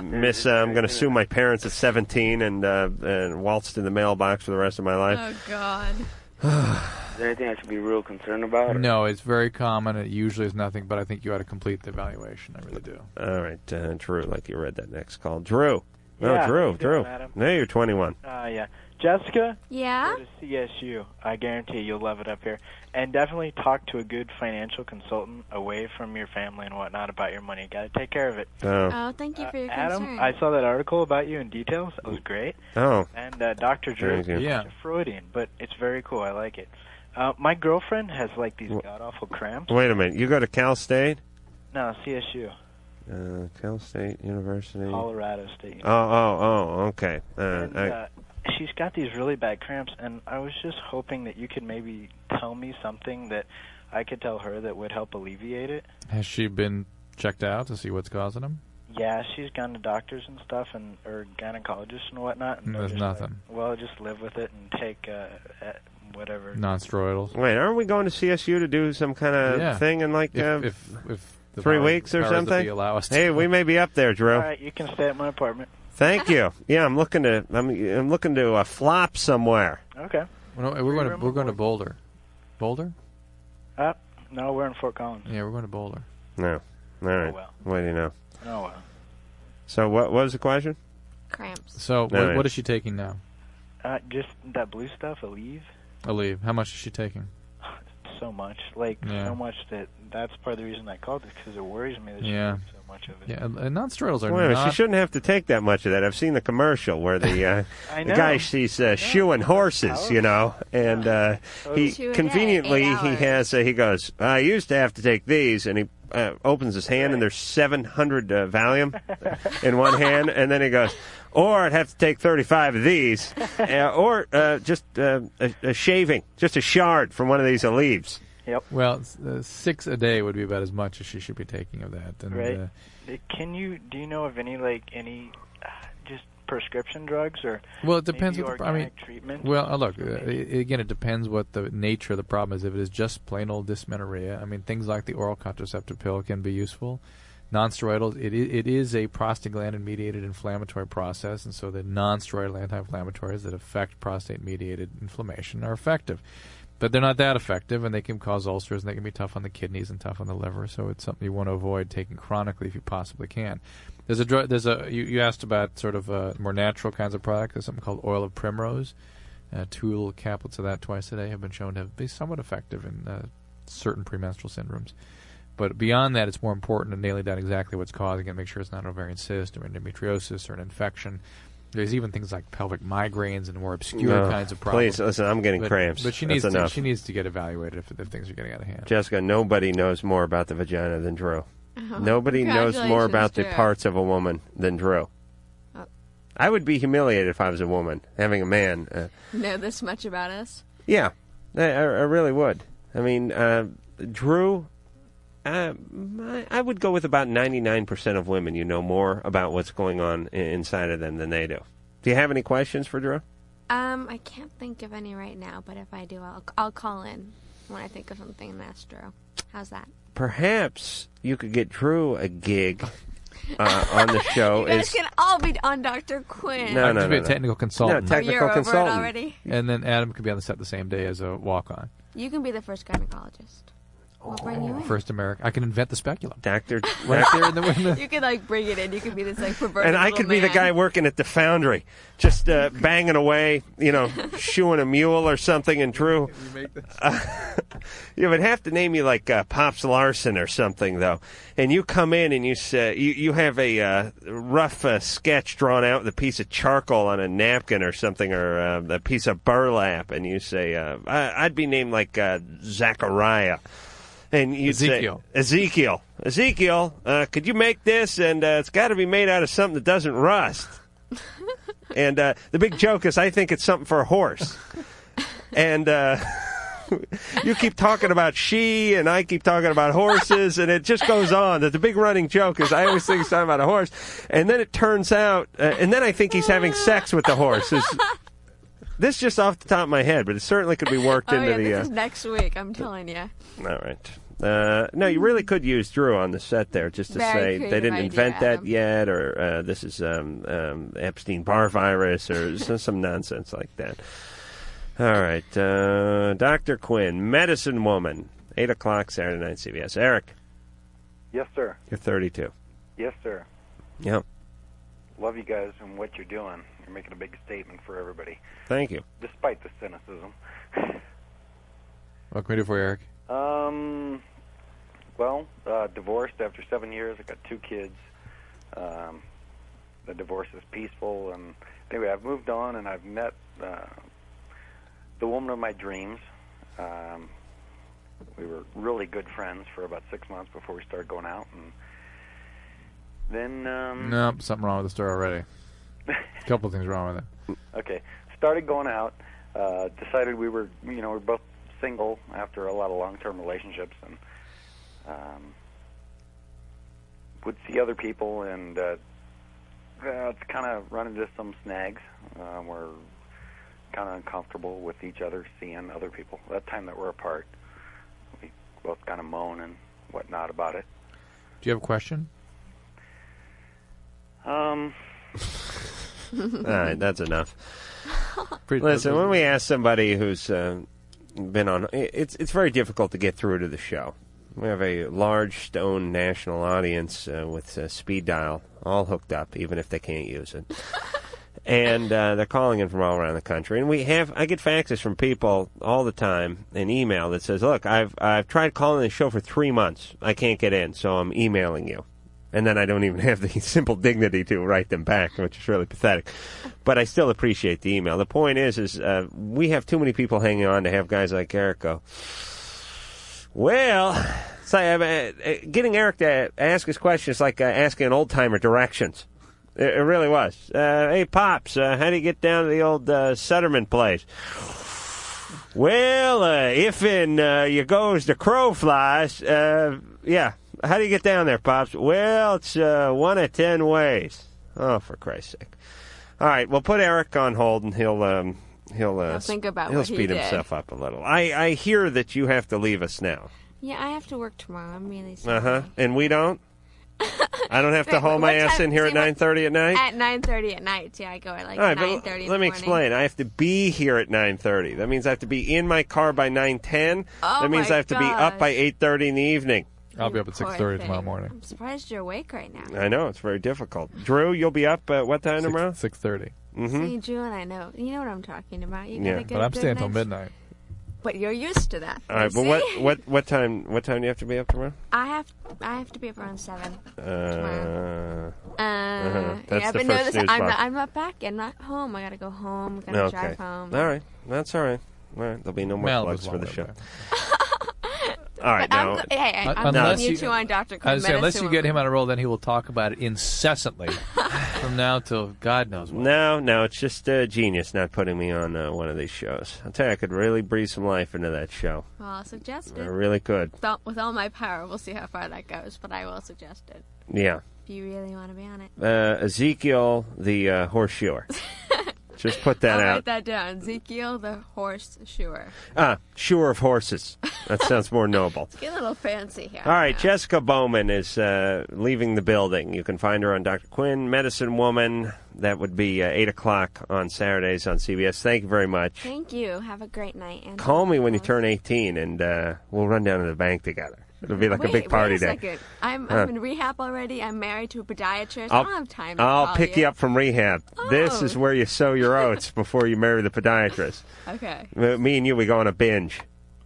Miss, uh, I'm going to sue my parents at 17 and uh, and waltzed in the mailbox for the rest of my
Oh,
life.
God.
Is there anything I should be real concerned about? or-
No, it's very common. It usually is nothing, but I think you ought to complete the evaluation. I really do.
All right, uh, Drew. Like you read that next call, Drew. No,
Yeah, how
Drew.
you doing,
Drew.
Adam?
No, you're 21.
Uh, yeah. Jessica?
Yeah?
Go to CSU. I guarantee you'll love it up here. And definitely talk to a good financial consultant away from your family and whatnot about your money. Got to take care of it. Uh,
Oh, thank you for your
Adam,
concern.
I saw that article about you in details. It was great.
Oh.
And uh, Dr. Drew
Thank you.
is
Yeah.
a Freudian, but it's very cool. I like it. Uh, my girlfriend has like these god awful cramps.
Wait a minute. You go to Cal State?
No, CSU,
Uh, Cal State University.
Colorado State.
Oh, oh, oh. Okay. Uh,
And,
I-
uh, she's got these really bad cramps, and I was just hoping that you could maybe tell me something that I could tell her that would help alleviate it.
Has she been checked out to see what's causing them?
Yeah, she's gone to doctors and stuff, and or gynecologists and whatnot. And
Mm,
they're
there's
just like,
nothing.
well, just live with it and take uh, uh, whatever.
Nonsteroidals.
Wait, aren't we going to CSU to do some kind of
Yeah.
thing in like
If-
uh,
if-
if the
three
powers-
weeks or
powers that
something?
be allow us to.
Hey, we may be up there, Drew.
All right, you can stay at my apartment.
Thank you. Yeah, I'm looking to I'm, I'm looking to uh, flop somewhere.
Okay.
Well, no, we're going to we're going to Boulder. Boulder?
Uh, no, we're in Fort Collins.
Yeah, we're going to Boulder.
No. All right.
well.
What do you know?
Oh well.
So what, what was the question?
Cramps.
So,
No,
what,
no.
what is she taking now?
Uh, just that blue stuff, Aleve.
Aleve. How much is she taking?
so much, like
Yeah.
so much that that's part of the reason I called it because it worries me that she
Yeah.
drinks so much of it.
Yeah, and- and nonsteroidals are
Wait a minute,
not.
she shouldn't have to take that much of that. I've seen the commercial where the uh,
I
the
know.
guy she's uh, shoeing horses, you know, and uh, he
Two a day,
conveniently he has uh, he goes. I used to have to take these, and he uh, opens his hand and there's 700 uh, Valium in one hand, and then he goes. Or I'd have to take 35 of these, uh, or uh, just uh, a, a shaving, just a shard from one of these leaves.
Yep.
Well, s- uh, six a day would be about as much as she should be taking of that. And,
Right.
Uh,
Uh, Can you do you know of any like any uh, just prescription drugs or
well, it depends.
maybe
What the, I
organic
mean,
treatment?
well, uh, look uh, i- again. It depends what the nature of the problem is. If it is just plain old dysmenorrhea, I mean, things like the oral contraceptive pill can be useful. Nonsteroidals, it, i- it is a prostaglandin-mediated inflammatory process, and so the nonsteroidal anti-inflammatories that affect prostate-mediated inflammation are effective. But they're not that effective, and they can cause ulcers, and they can be tough on the kidneys and tough on the liver. So it's something you want to avoid taking chronically if you possibly can. There's a drug. There's a you, you asked about sort of uh, more natural kinds of product. There's something called oil of primrose. Uh, two little caplets of that twice a day have been shown to be somewhat effective in uh, certain premenstrual syndromes. But beyond that, it's more important to nail down exactly what's causing it. Make sure it's not an ovarian cyst or endometriosis or an infection. There's even things like pelvic migraines and more obscure
No,
kinds of problems.
please, listen, I'm getting
But-
cramps.
But she
That's
needs to,
enough.
she needs to get evaluated if, if things are getting out of hand.
Jessica, nobody knows more about the vagina than Drew.
Oh,
nobody knows more
congratulations,
about the
Drew.
parts of a woman than Drew.
Oh.
I would be humiliated if I was a woman having a man. Uh,
know this much about us.
yeah, I, I I really would. I mean, uh, Drew, uh, I, I would go with about 99% of women you know more about what's going on i- inside of them than they do. Do you have any questions for Drew?
Um, I can't think of any right now, but if I do, I'll I'll call in when I think of something and ask Drew. How's that?
Perhaps you could get Drew a gig uh, on the show.
you guys
is
can all be on Dr. Quinn.
No,
I
no,
could be
no,
a
no.
technical consultant.
No, technical Oh, you're over it consultant.
already?
And then Adam could be on the set the same day as a walk-on.
You can be the first gynecologist. We'll bring you in.
First American. I can invent the speculum.
Doctor.
right there in the window.
you could like bring it in. You could be this like perverted.
and I
little
could be the
man.
guy working at the foundry, just uh, banging away, you know, shoeing a mule or something. And Drew, uh, you would have to name you like uh, Pops Larson or something, though. And you come in and you say you you have a uh, rough uh, sketch drawn out with a piece of charcoal on a napkin or something, or uh, a piece of burlap, and you say, uh, I, "I'd be named like uh, Zachariah." And you
Ezekiel.
say Ezekiel, Ezekiel, uh, could you make this? And uh, it's got to be made out of something that doesn't rust. and uh, the big joke is, I think it's something for a horse. and uh, you keep talking about she, and I keep talking about horses, and it just goes on. That the big running joke is, I always think it's talking about a horse, and then it turns out, uh, and then I think he's having sex with the horse. It's- this just off the top of my head, but it certainly could be worked
Oh
into
yeah,
the.
this
uh,
is next week. I'm telling you.
all right. Uh, no, you really could use Drew on the set there just to
Mm. Very
say they
creative
didn't
idea,
invent that yet, or uh, this is um, um, Epstein Barr virus, or some, some nonsense like that. All right. Uh, Dr. Quinn, medicine woman, 8 o'clock Saturday night CBS. Eric,
Yes, sir.
you're 32.
Yes, sir.
Yep.
Love you guys and what you're doing. You're making a big statement for everybody,
Thank you.
despite the cynicism.
What can we do for you, Eric?
Um, well, uh, divorced after seven years. I got two kids. Um, the divorce is peaceful, and anyway, I've moved on, and I've met uh, the woman of my dreams. Um, we were really good friends for about six months before we started going out, and then um,
Nope, something wrong with the story already. A couple things wrong with it.
Okay. Started going out. Uh, decided we were, you know, we are both single after a lot of long-term relationships, and um, would see other people, and uh, uh, it's kind of run into some snags. Uh, we're kind of uncomfortable with each other, seeing other people. That time that we're apart, we both kind of moan and whatnot about it.
Do you have a question?
Um,
All right, that's enough.
Pretty-
Listen, when we ask somebody who's uh, been on, i- it's it's very difficult to get through to the show. We have a large stone national audience uh, with uh, speed dial, all hooked up, even if they can't use it. and uh, they're calling in from all around the country. And we have, I get faxes from people all the time, an email that says, "Look, I've I've tried calling the show for three months. I can't get in, so I'm emailing you." And then I don't even have the simple dignity to write them back, which is really pathetic. But I still appreciate the email. The point is, is uh, we have too many people hanging on to have guys like Eric go. Well, it's like, I mean, uh, getting Eric to ask his question is like uh, asking an old timer directions. It, it really was. Uh, hey, pops, uh, how do you get down to the old uh, Sutterman place? Well, uh, if in uh, you goes the crow flies, uh, yeah. How do you get down there, pops? Well, it's uh, one of ten ways. Oh, for Christ's sake! All right, we'll put Eric on hold, and he'll um, he'll uh,
He'll think about
he'll
what he
speed
did.
himself up a little. I I hear that you have to leave us now.
Yeah, I have to work tomorrow. I'm really sorry.
Uh huh. And we don't. I don't have to
Wait,
haul my
what
ass
time-
in here at
see, what-
nine thirty at night.
At 9:30 at night. Yeah, I go at like
All right, but
9:30. in the
let me
morning.
explain. I have to be here at nine thirty. That means I have to be in my car by nine ten.
Oh
that means
my
I have to be up by eight thirty in the evening.
I'll be up at
Poor
six thirty
thing.
tomorrow morning.
I'm surprised you're awake right now.
I know it's very difficult. Drew, you'll be up at what time tomorrow? Mm-hmm.
Six thirty.
See, Drew and I know. You know what I'm talking about. You
Yeah.
gotta get
But I'm
good
staying till
night's-
midnight.
But you're used to that.
All right,
You
but what
see?
what what time what time do you have to be up tomorrow?
I have I have to be up around seven.
Uh,
Uh,
uh-huh.
yeah,
That's the
but
first
no, this,
news box.
I'm not, I'm not back and not home. I gotta go home. I gotta
okay.
drive home.
All right, that's all right. All right, there'll be no more
Mel
plugs
was
for the
long
show. all right,
But I'm
now.
go- hey, hey, I'm Unless putting you you- two on Dr.
I was saying,
Cornetta
unless you
Suleiman.
get him on a roll, then he will talk about it incessantly from now till God knows.
No, no, it's just uh, genius not putting me on uh, one of these shows. I'll tell you, I could really breathe some life into that show.
Well, I'll suggest
I
it.
really could.
With all- With all my power, we'll see how far that goes. But I will suggest it.
Yeah.
If you really want to be on it,
Uh, Ezekiel the uh, horseshoer. just put that
I'll
out.
write that down. Ezekiel the horse shoer.
Ah, shoer of horses. That sounds more noble.
Get a little fancy here.
All right, Jessica Bowman is uh, leaving the building. You can find her on Dr. Quinn, Medicine Woman. That would be uh, 8 o'clock on Saturdays on CBS. Thank you very much.
Thank you. Have a great night. And
Call me when you turn 18, and uh, we'll run down to the bank together. It'll be like
wait,
a big party
wait a
day.
Second. I'm,
Huh.
I'm in rehab already. I'm married to a podiatrist. I
I'll,
don't have time. To
I'll
call
pick you. up from rehab. This
Oh.
is where you sow your oats before you marry the podiatrist.
Okay.
M- Me and you, we go on a binge.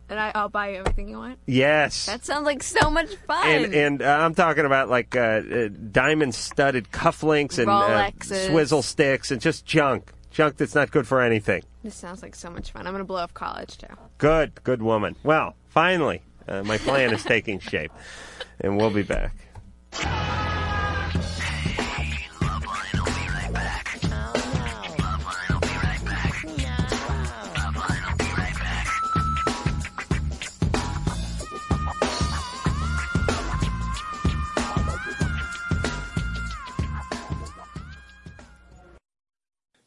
And I, I'll buy you everything you want.
Yes.
That sounds like so much fun.
and and uh, I'm talking about like uh, uh, diamond studded cufflinks and uh,
Rolexes.
swizzle sticks and just junk, junk that's not good for anything.
this sounds like so much fun. I'm gonna blow up college too.
Good, good woman. Well, finally, uh, my plan is taking shape, and we'll be back.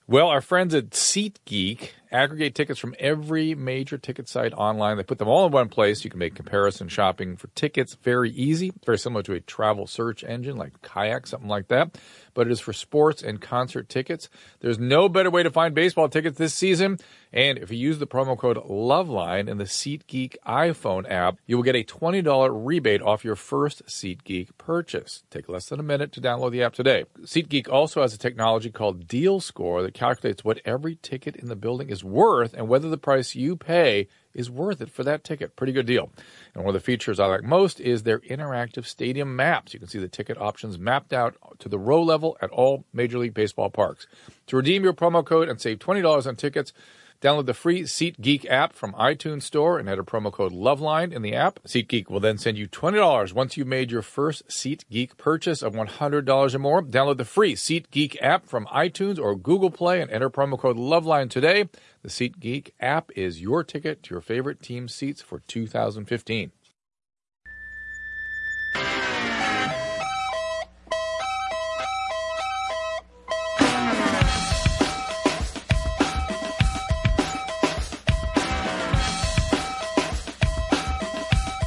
Well, our friends at SeatGeek aggregate tickets from every major ticket site online. They put them all in one place. You can make comparison shopping for tickets very easy. It's very similar to a travel search engine like Kayak, something like that. But it is for sports and concert tickets. There's no better way to find baseball tickets this season. And if you use the promo code LOVELINE in the SeatGeek iPhone app, you will get a $20 rebate off your first SeatGeek purchase. Take less than a minute to download the app today. SeatGeek also has a technology called Deal Score that calculates what every ticket in the building is worth and whether the price you pay is worth it for that ticket. Pretty good deal. And one of the features I like most is their interactive stadium maps. You can see the ticket options mapped out to the row level at all Major League Baseball parks. To redeem your promo code and save $20 on tickets, Download the free SeatGeek app from iTunes Store and enter promo code LOVELINE in the app. SeatGeek will then send you $20 once you've made your first SeatGeek purchase of $100 or more. Download the free SeatGeek app from iTunes or Google Play and enter promo code LOVELINE today. The SeatGeek app is your ticket to your favorite team seats for 2015.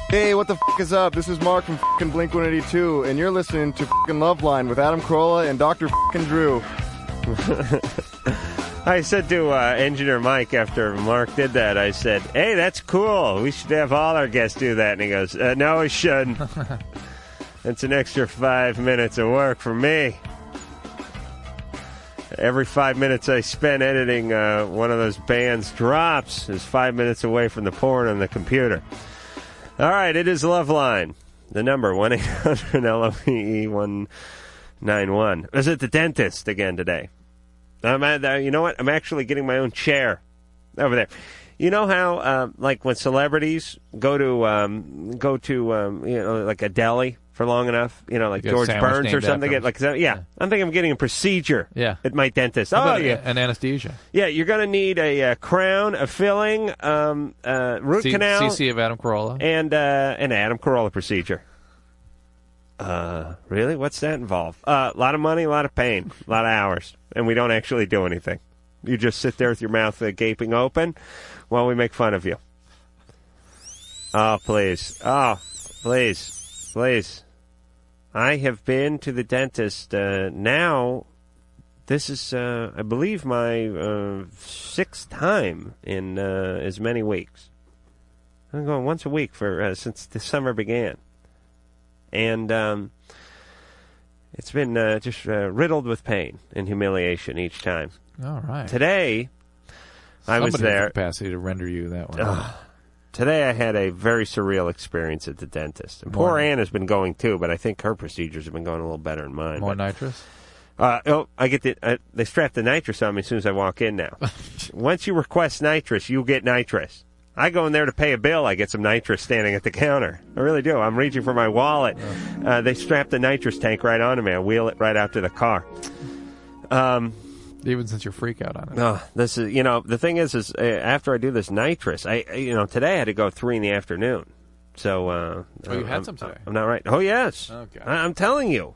Hey, what the f is up? This is Mark from fing Blink 182, and you're listening to fing Love Line with Adam Carolla and Dr. fing Drew.
I said to uh, engineer Mike after Mark did that, I said, "Hey, that's cool. We should have all our guests do that." And he goes, uh, "No, we shouldn't. That's an extra five minutes of work for me. Every five minutes I spend editing uh, one of those bands drops is five minutes away from the porn on the computer." All right, it is Loveline. The number, 1 800 LOVE 191. I was at the dentist again today. I'm at, uh, you know what? I'm actually getting my own chair over there. You know how, uh, like, when celebrities go to um, go to um, you know like a deli for long enough, you know, like
Get
George
sandwich
Burns or
named
something.
after
Get
him.
like, yeah, I'm thinking I'm getting a procedure.
Yeah.
at my dentist.
How
Oh
about
yeah,
a- uh, An anesthesia.
yeah. You're gonna need a, uh crown, a filling, um, uh, root
C-
canal,
CC of Adam Carolla.
and uh, an Adam Carolla procedure. Uh, really? What's that involve? Uh, A lot of money, a lot of pain, a lot of hours, and we don't actually do anything. You just sit there with your mouth uh, gaping open while we make fun of you. Oh, please. Oh, please. Please. I have been to the dentist uh, now. This is, uh, I believe, my uh, sixth time in uh, as many weeks. I'm going once a week for uh, since the summer began, and um, it's been uh, just uh, riddled with pain and humiliation each time.
All right.
Today, I was
Somebody with the
there.
Capacity to render you that one.
Ugh. Today I had a very surreal experience at the dentist. And poor Anne has been going too, but I think her procedures have been going a little better than mine.
More
but-
nitrous.
Uh, oh, I get the. Uh, they strap the nitrous on me as soon as I walk in now. Once you request nitrous, you get nitrous. I go in there to pay a bill. I get some nitrous standing at the counter. I really do. I'm reaching for my wallet. Uh, they strap the nitrous tank right onto me. I wheel it right out to the car. Um,
Even since your freak out on it.
Oh, this is you know the thing is is uh, after I do this nitrous, I I- you know today I had to go at three in the afternoon, so uh,
Oh, you had
I'm,
some today.
I'm not right. Oh yes,
Okay.
I, I'm telling you.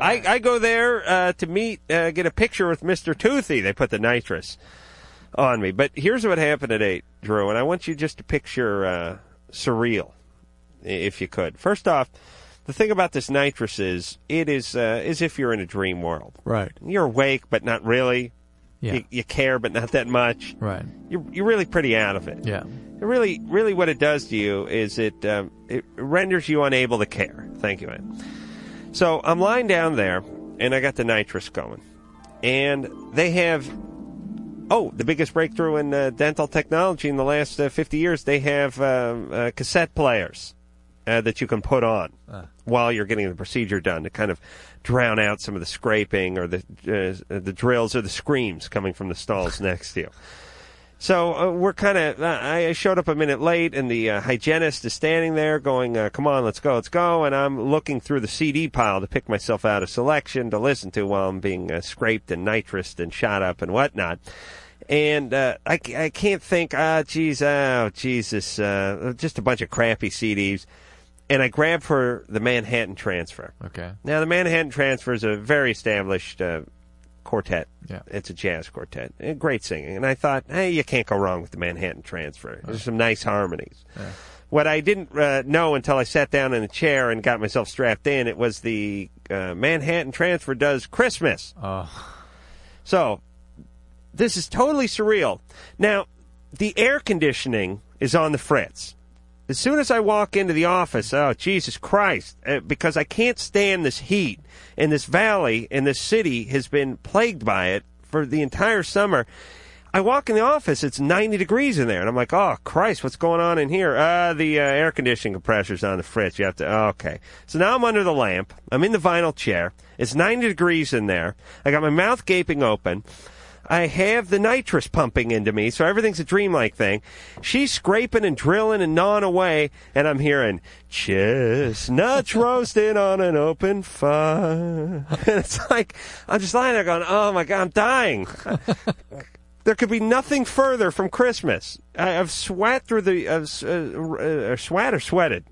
I, I go there uh, to meet, uh, get a picture with Mister Toothy. They put the nitrous on me, but here's what happened at eight, Drew, and I want you just to picture uh, surreal, i- if you could. First off, the thing about this nitrous is it is uh, as if you're in a dream world.
Right.
You're awake, but not really.
Yeah.
You, you care, but not that much.
Right.
You're, you're really pretty out of it.
Yeah.
It really, really, what it does to you is it um, it renders you unable to care. Thank you, Ann. So I'm lying down there, and I got the nitrous going, and they have oh the biggest breakthrough in uh, dental technology in the last uh, 50 years. They have um, uh, cassette players uh, that you can put on while you're getting the procedure done to kind of drown out some of the scraping or the uh, the drills or the screams coming from the stalls next to you. So uh, we're kind of. Uh, I showed up a minute late, and the uh, hygienist is standing there, going, uh, "Come on, let's go, let's go." And I'm looking through the CD pile to pick myself out a selection to listen to while I'm being uh, scraped and nitroused and shot up and whatnot. And uh, I, ca- I can't think. Ah, geez, oh Jesus, uh, just a bunch of crappy CDs. And I grab for the Manhattan Transfer.
Okay.
Now, the Manhattan Transfer is a very established uh, quartet.
Yeah.
It's a jazz quartet. Eh, Great singing. And I thought, hey, you can't go wrong with the Manhattan Transfer. There's some nice harmonies. What I didn't uh, know until I sat down in a chair and got myself strapped in, it was the uh, Manhattan Transfer does Christmas. So, this is totally surreal. Now, the air conditioning is on the fritz. As soon as I walk into the office, oh, Jesus Christ, uh, because I can't stand this heat. And this valley and this city has been plagued by it for the entire summer. I walk in the office, it's 90 degrees in there. And I'm like, oh, Christ, what's going on in here? Uh, the uh, air conditioning compressor's on the fritz. You have to, okay. So now I'm under the lamp. I'm in the vinyl chair. It's 90 degrees in there. I got my mouth gaping open. I have the nitrous pumping into me, so everything's a dreamlike thing. She's scraping and drilling and gnawing away, and I'm hearing chestnuts roasting on an open fire. And it's like I'm just lying there going, "Oh my god, I'm dying." there could be nothing further from Christmas. I, I've sweat through the uh, s- uh, r- uh, sweat or sweated.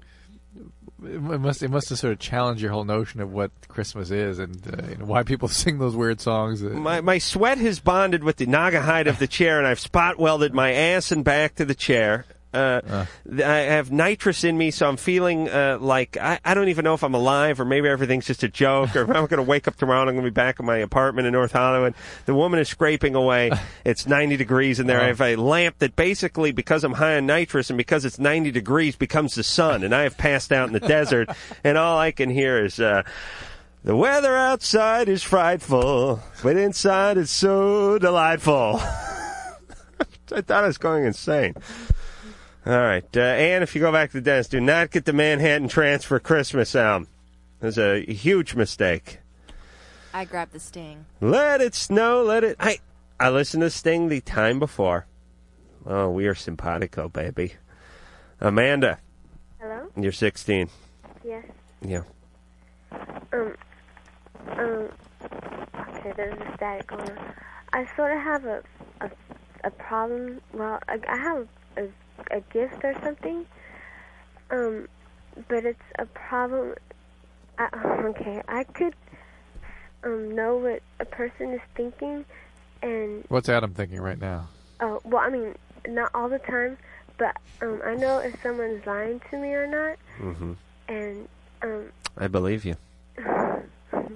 It mu- it must it must have sort of challenged your whole notion of what Christmas is and uh, you know, why people sing those weird songs. Uh,
My, my sweat has bonded with the naga hide of the chair, and I've spot welded my ass and back to the chair. Uh, th- I have nitrous in me, so I'm feeling uh, like I, I don't even know if I'm alive or maybe everything's just a joke or if I'm going to wake up tomorrow and I'm going to be back in my apartment in North Hollywood. The woman is scraping away. It's 90 degrees in there. I have a lamp that basically, because I'm high on nitrous and because it's 90 degrees, becomes the sun, and I have passed out in the desert, and all I can hear is. Uh, the weather outside is frightful, but inside it's so delightful. I thought I was going insane. All right, uh, Anne, if you go back to the dentist, do not get the Manhattan Transfer Christmas album. That's a huge mistake.
I grabbed the sting.
Let it snow, let it. I I listened to Sting the time before. Oh, we are simpatico, baby. Amanda,
Hello?
you're 16.
Yes.
Yeah.
Um, um, okay, there's a static going on. I sort of have a, a, a problem. Well, I, I have a, a gift or something. Um, but it's a problem. I, okay, I could um know what a person is thinking, and
What's Adam thinking right now?
Oh, well, I mean, not all the time, but um, I know if someone's lying to me or not,
Mm-hmm.
and um,
I believe you.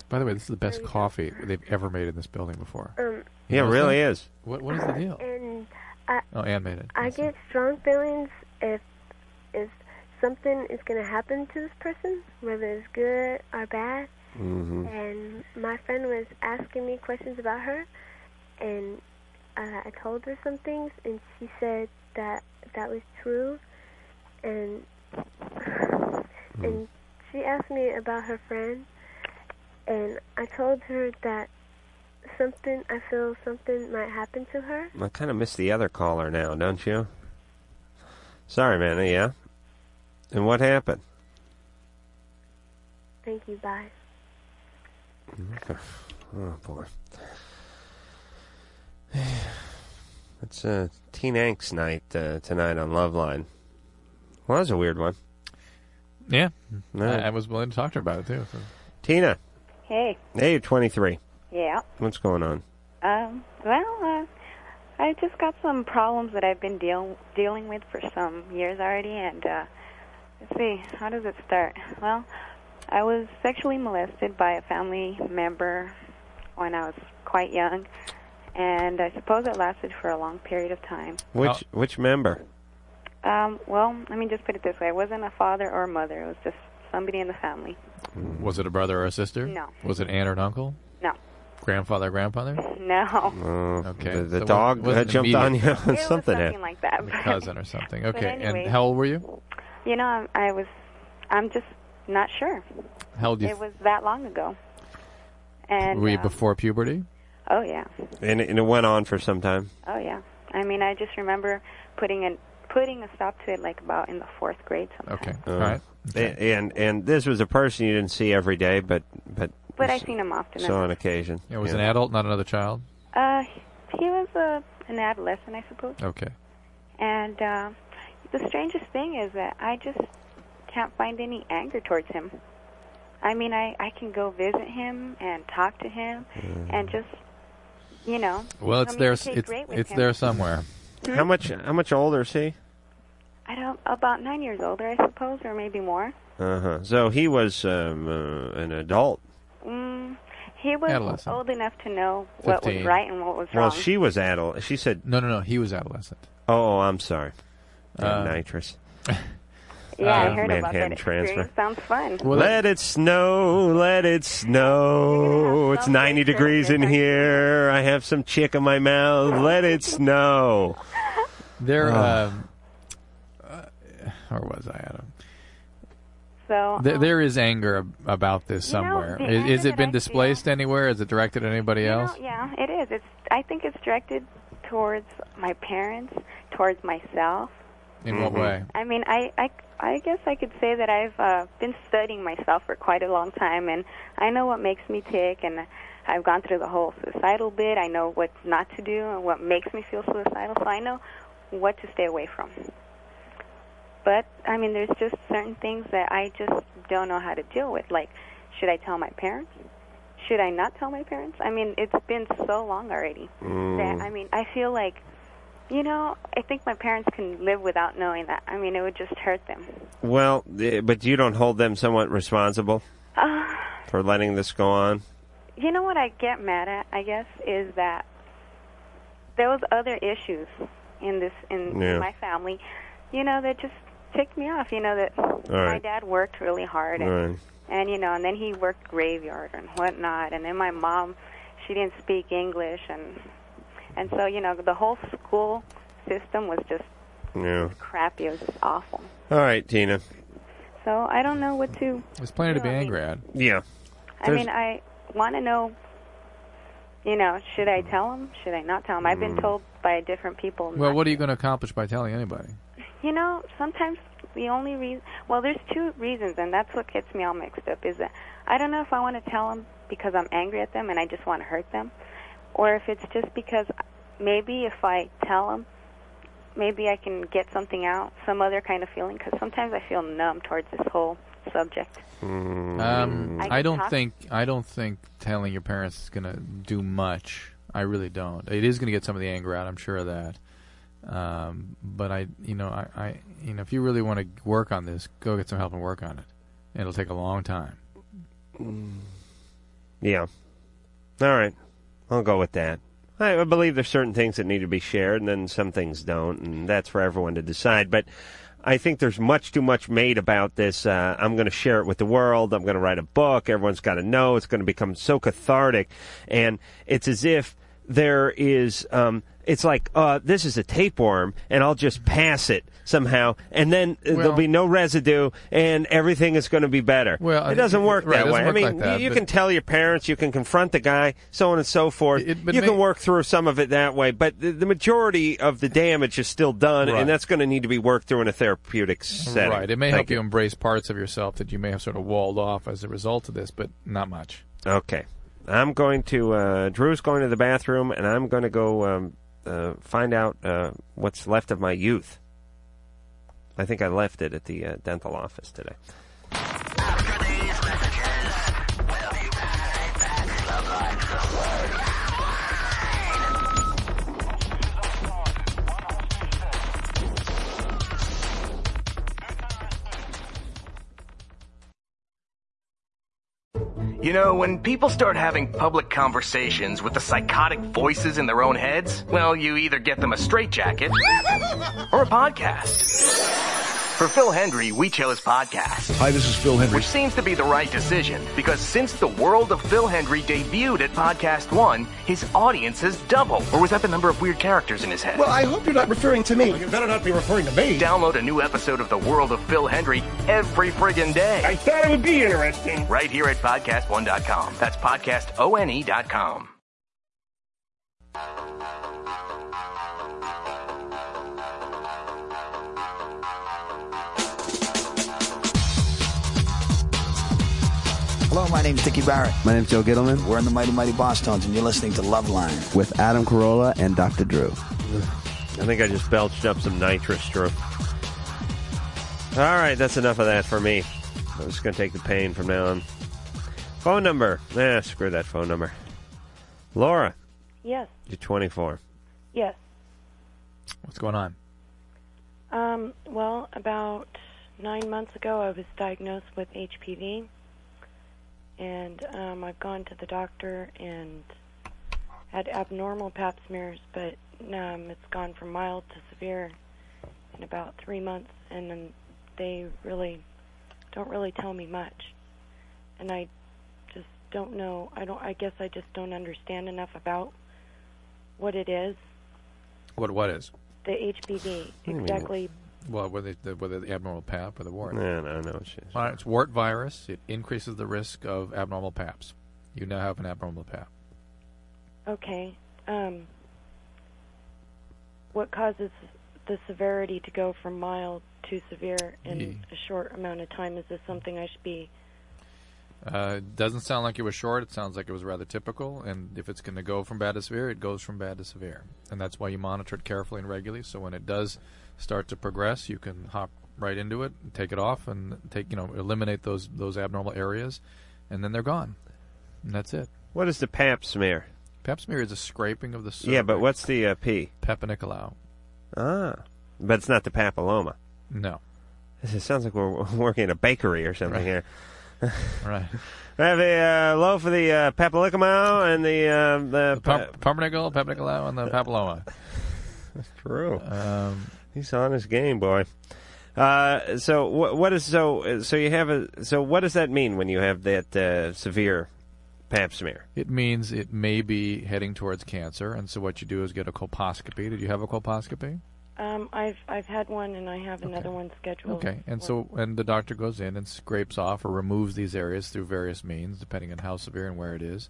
By the way, this is the best coffee they've ever made in this building before.
um.
Yeah, it really is.
What What is the deal?
And I,
Oh, Anne made it.
I get strong feelings if if something is going to happen to this person, whether it's good or bad.
Mm-hmm.
And my friend was asking me questions about her, and uh, I told her some things, and she said that that was true, and and she asked me about her friend, and I told her that something I feel something might happen to her.
I kind of miss the other caller now, don't you? Sorry, man. Yeah. And what happened?
Thank you. Bye.
Oh boy. It's uh, Teen Angst night uh, tonight on Loveline. Well, that was a weird one.
Yeah.
No.
I, I was willing to talk to her about it too. so.
Tina,
Hey,
hey, you're 23.
yeah.
What's going on?
Um, well, uh, I just got some problems that I've been deal- dealing with for some years already, and uh, let's see, how does it start? Well, I was sexually molested by a family member when I was quite young, and I suppose it lasted for a long period of time.
Which which member?
Um, well, let me just put it this way: I wasn't a father or a mother; it was just somebody in the family.
Mm.
Was it a brother or a sister?
No.
Was it aunt or an uncle?
No.
Grandfather, or grandfather?
No.
okay.
Oh, the- the
So it
dog,
wasn't
uh, jumped
immediate.
on you and
It was something something like that.
A cousin or something.
But
Okay.
anyway.
and how old were you?
You know, I'm- I was. I'm just not sure.
How old you?
It was that long ago. And
Were you
uh,
before puberty?
oh yeah,
And, and it went on for some time.
oh yeah. I mean, I just remember putting a putting a stop to it like about in the fourth grade. Something.
Okay.
All
right.
And and this was Uh, a person you didn't see every day, but but
But I've seen him often.
so on occasion.
It was an adult, not another child.
Uh, he was a, an adolescent, I suppose.
Okay.
And uh, the strangest thing is that I just can't find any anger towards him. I mean, I I can go visit him and talk to him, and just you know.
Uh. Well, it's there. It's
communicate
it's,
great with him.
there somewhere.
How
much? How much older is he?
I don't about nine years older, I suppose, or maybe more.
Uh huh. So he was um, uh, an adult.
Mm, he was
Adolescent.
old enough to know what was
15.
right and what was
Well,
wrong.
she was adult. She said
no, no, no. He was adolescent.
Oh, I'm sorry.
Uh,
nitrous.
yeah, I
uh,
heard about
Manhattan
that
transfer.
experience. Sounds fun.
let it snow, let it snow. It's 90 degrees in here. I have some chick in my mouth. Let it snow.
There,
Ah.
um, uh, or was I Adam?
so um,
There, there is anger ab- about this somewhere.
the
is, is it been displaced anywhere? Is it directed at anybody
You know,
else?
yeah, it is. It's. I think it's directed towards my parents, towards myself.
In what way?
I mean, I, I, I guess I could say that I've uh, been studying myself for quite a long time, and I know what makes me tick, and I've gone through the whole suicidal bit. I know what not to do and what makes me feel suicidal, so I know what to stay away from. But I mean, there's just certain things that I just don't know how to deal with. Like, should I tell my parents? Should I not tell my parents? I mean, it's been so long already
Mm.
that I mean, I feel like, you know, I think my parents can live without knowing that. I mean, it would just hurt them.
Well, eh, but you don't hold them somewhat responsible
Uh,
for letting this go on?
you know what I get mad at, I guess, is that there was other issues in this in
Yeah.
my family, you know, that just ticked me off. You know that my
right.
dad worked really hard and
Right.
and you know, and then he worked graveyard and whatnot, and then my mom, she didn't speak English, and and so you know the whole school system was just
Yeah.
crappy. It was just awful.
All right, Tina.
So I don't know what to.
There's plenty to be angry at.
Yeah.
I mean, I want to know. You know, should I tell him? Should I not tell him? I've been
Mm.
told by different people.
Well, what are you going to accomplish by telling anybody?
You know, sometimes the only reason. Well, there's two reasons, and that's what gets me all mixed up. Is that I don't know if I want to tell them because I'm angry at them and I just want to hurt them, or if it's just because maybe if I tell them, maybe I can get something out, some other kind of feeling. Because sometimes I feel numb towards this whole subject.
Hmm.
Um,
I
I
can
don't
talk-
think I don't think telling your parents is going to do much. I really don't. It is going to get some of the anger out. I'm sure of that. Um, but I, you know, I, I, you know, if you really want to work on this, go get some help and work on it. It'll take a long time.
Yeah. All right. I'll go with that. I I believe there's certain things that need to be shared, and then some things don't, and that's for everyone to decide. But I think there's much too much made about this. Uh, I'm going to share it with the world. I'm going to write a book. Everyone's got to know. It's going to become so cathartic, and it's as if there is. Um, it's like uh, this is a tapeworm, and I'll just pass it somehow, and then uh, there'll
Well-
be no residue, and everything is going to be better.
Well,
it doesn't work
right, it
that
doesn't
way. I
work
mean,
like that,
you, you
but-
can tell your parents, you can confront the guy, so on and so forth. you can work through some of it that way, but the, the majority of the damage is still done,
Right.
and that's going to need to be worked through in a therapeutic setting.
Right. It may
Thank
help you embrace parts of yourself that you may have sort of walled off as a result of this, but not much.
you. Okay, I'm going to. Uh, Drew's going to the bathroom, and I'm going to go um, uh, find out uh, what's left of my youth. I think I left it at the uh, dental office today.
You know, when people start having public conversations with the psychotic voices in their own heads, well, you either get them a straitjacket or a podcast. For Phil Hendry, we chose podcast.
Hi, this is Phil Hendry.
Which seems to be the right decision, because since the world of Phil Hendry debuted at Podcast One, his audience has doubled. Or was that the number of weird characters in his head?
Well, I hope you're not referring to me. You better not be referring to me.
Download a new episode of The World of Phil Hendry every friggin' day. I thought it would be interesting. Right here at podcast1.com. That's E podcastone.com.
Hello, my name's Dickie Barrett.
My name's Joe Gittleman
We're in the Mighty Mighty Boss Tones, and you're listening to Love Line.
with Adam Carolla and Dr. Drew.
I think I just belched up some nitrous, Drew. All right, that's enough of that for me. I'm just going to take the pain from now on. Phone number. Nah, screw that phone number. Laura,
Yes,
you're 24.
yes.
What's going on?
Um, well, about nine months ago, I was diagnosed with HPV, and um, I've gone to the doctor and had abnormal pap smears, but um, it's gone from mild to severe in about three months, and then they really don't really tell me much, and I just don't know. I don't. I guess I just don't understand enough about what it is.
What what is?
The HPV,
do you mean?
exactly.
Well, whether the, whether the abnormal pap or the wart.
No, no, no. It's,
Well, it's wart virus. It increases the risk of abnormal paps. You now have an abnormal pap.
Okay. Um, what causes the severity to go from mild to severe in
Ye-
a short amount of time? Is this something I should be?
Uh, it doesn't sound like it was short. It sounds like it was rather typical. And if it's going to go from bad to severe, it goes from bad to severe. And that's why you monitor it carefully and regularly. So when it does start to progress, you can hop right into it, take it off, and take you know eliminate those those abnormal areas, and then they're gone. And that's it.
What is the pap smear?
Pap smear is a scraping of the
Yeah, but what's the uh, P?
Pepinicolau.
Ah, but it's not the papilloma.
No.
It sounds like we're working at a bakery or something here.
right.
I have a uh, low for the uh, papillocomo and the uh, the, pa- Uh,
Pumpernickel, pepinicolau, and the papilloma. Um,
True. He's on his game, boy. Uh, so wh- what is so so you have a so what does that mean when you have that uh, severe pap smear?
It means it may be heading towards cancer, and so what you do is get a colposcopy. Did you have a colposcopy?
Um, I've I've had one and I have another one scheduled.
Okay, and so and the doctor goes in and scrapes off or removes these areas through various means, depending on how severe and where it is,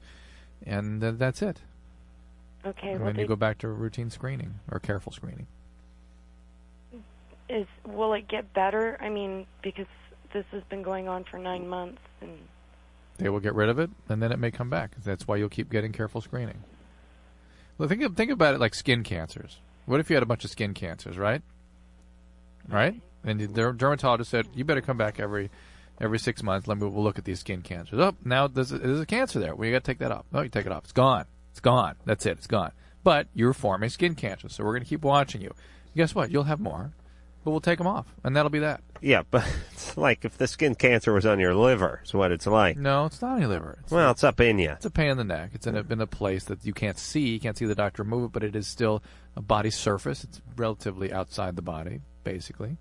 and th- that's it.
Okay.
and
well,
then you
they-
go back to routine screening or careful screening.
is will it get better? I mean, because this has been going on for nine months, and
They will get rid of it, and then it may come back. That's why you'll keep getting careful screening. Well, think of- think about it like skin cancers. What if you had a bunch of skin cancers, right? Right, and the der- dermatologist said you better come back every every six months. Let me we'll look at these skin cancers. Oh, now there's a, there's a cancer there. Well, you got to take that off. No, you take it off. It's gone. It's gone. That's it. It's gone. But you're forming skin cancers, so we're going to keep watching you. Guess what? You'll have more, but we'll take them off, and that'll be that.
Yeah, but it's like if the skin cancer was on your liver, is what it's like.
No, it's not on your liver. It's
well, it's up in you.
It's a pain in the neck. It's in a, in a place that you can't see. You can't see the doctor remove it, but it is still a body surface. It's relatively outside the body, basically.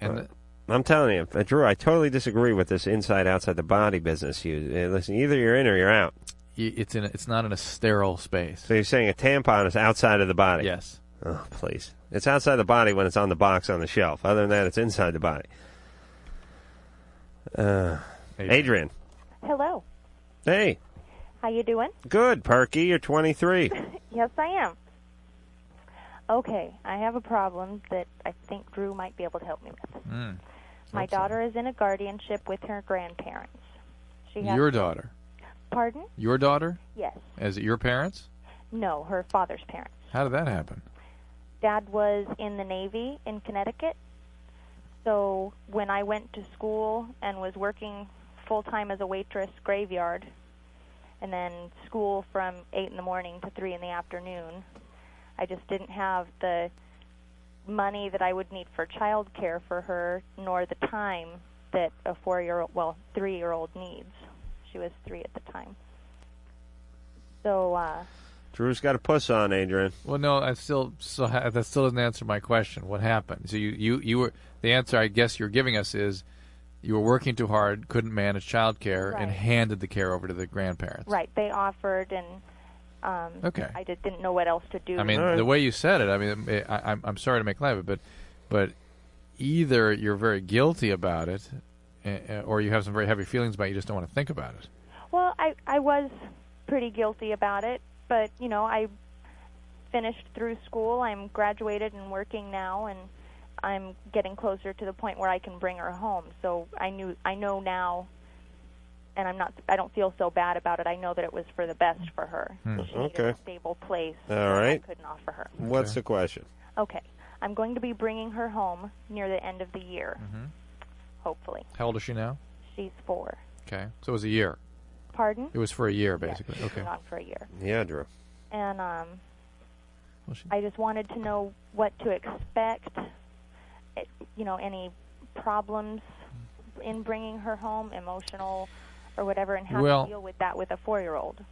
And
Right. I'm telling you, uh, Drew, I totally disagree with this inside outside the body business. You uh, listen, either you're in or you're out.
y- it's in a, it's not in a sterile space.
So you're saying a tampon is outside of the body?
Yes.
Oh, please. It's outside the body when it's on the box on the shelf. Other than that, it's inside the body. Uh, Adrian.
Hello.
Hey.
How you doing?
Good, Perky. You're 23.
Yes, I am. Okay, I have a problem that I think Drew might be able to help me with.
mm.
My
Hope so.
daughter is in a guardianship with her grandparents. She has
Your daughter.
Pardon?
Your daughter?
Yes.
Is it your parents?
No, her father's parents.
How did that happen?
Dad was in the Navy in Connecticut. So when I went to school and was working full time as a waitress graveyard, and then school from 8 in the morning to 3 in the afternoon, I just didn't have the money that I would need for childcare for her, nor the time that a four year old, well, three year old needs. She was three at the time. So, uh,
Drew's got a puss on, Adrian.
Well, no, I still so ha- that still doesn't answer my question. What happened? So you you you were the answer I guess you're giving us is you were working too hard, couldn't manage childcare,
Right.
and handed the care over to the grandparents.
Right. They offered, and um,
Okay.
I just didn't know what else to do.
I mean, the way you said it, I mean, it- I, I'm, I'm sorry to make light of it, but, but either you're very guilty about it, eh, eh, or you have some very heavy feelings about it, you just don't want to think about it.
well, I I was pretty guilty about it, but you know, I finished through school. I'm graduated and working now, and I'm getting closer to the point where I can bring her home. So I knew I know now, and I'm not. I don't feel so bad about it. I know that it was for the best for her.
Hmm.
She needed
Okay.
a stable place.
All
that
right.
I couldn't offer her.
What's the question?
Okay. I'm going to be bringing her home near the end of the year,
Mm-hmm.
hopefully.
How old is she now?
She's four.
Okay. So it was a year.
Pardon?
It was for a year,
Yeah,
basically.
she's
okay.
been on for a year.
Yeah, Drew.
And um,
Well, she-
I just wanted to know what to expect. It, you know, any problems in bringing her home, emotional or whatever, and how
Well-
to deal with that with a four-year-old.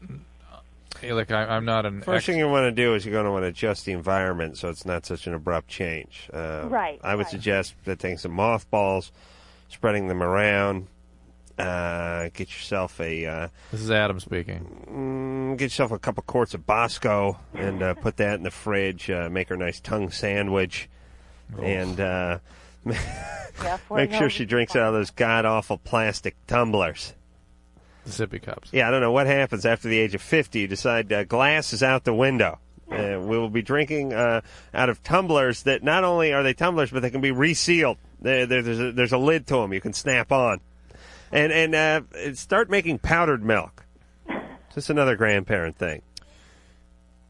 Hey, look, I, I'm not an.
First thing you want to do is you're going to want to adjust the environment so it's not such an abrupt change. Uh,
Right,
I would
right.
suggest that taking some mothballs, spreading them around, uh, get yourself a uh,
This is Adam speaking.
mm, get yourself a couple quarts of Bosco and uh, put that in the fridge. Uh, make her a nice tongue sandwich,
Oh.
and uh, make sure she drinks out of those god awful plastic tumblers.
Zippy cups.
Yeah, I don't know what happens after the age of 50. You decide uh, glass is out the window. Uh, we will be drinking uh, out of tumblers that not only are they tumblers, but they can be resealed. There, there, there's, a, there's a lid to them you can snap on. And, and uh, start making powdered milk. Just another grandparent thing.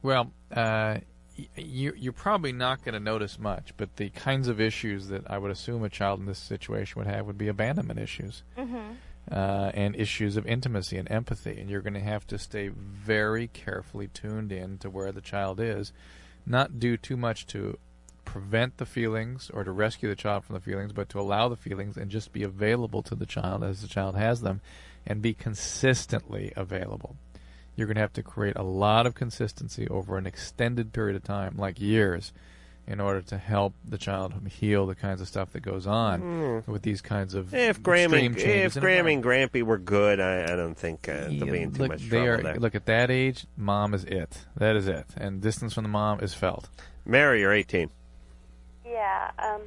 Well, uh, y- you, you're probably not going to notice much, but the kinds of issues that I would assume a child in this situation would have would be abandonment issues
Mhm.
uh, and issues of intimacy and empathy. And you're going to have to stay very carefully tuned in to where the child is, not do too much to prevent the feelings or to rescue the child from the feelings, but to allow the feelings and just be available to the child as the child has them and be consistently available you're going to have to create a lot of consistency over an extended period of time, like years, in order to help the child heal the kinds of stuff that goes on
Mm.
with these kinds of
If Grammy,
extreme
if
changes in
Grammy and Grampy were good, I, I don't think uh, they'll be in too
look,
much
they
trouble
are,
there.
Look, at that age, mom is it. That is it. And distance from the mom is felt.
Mary, you're 18.
Yeah. Um,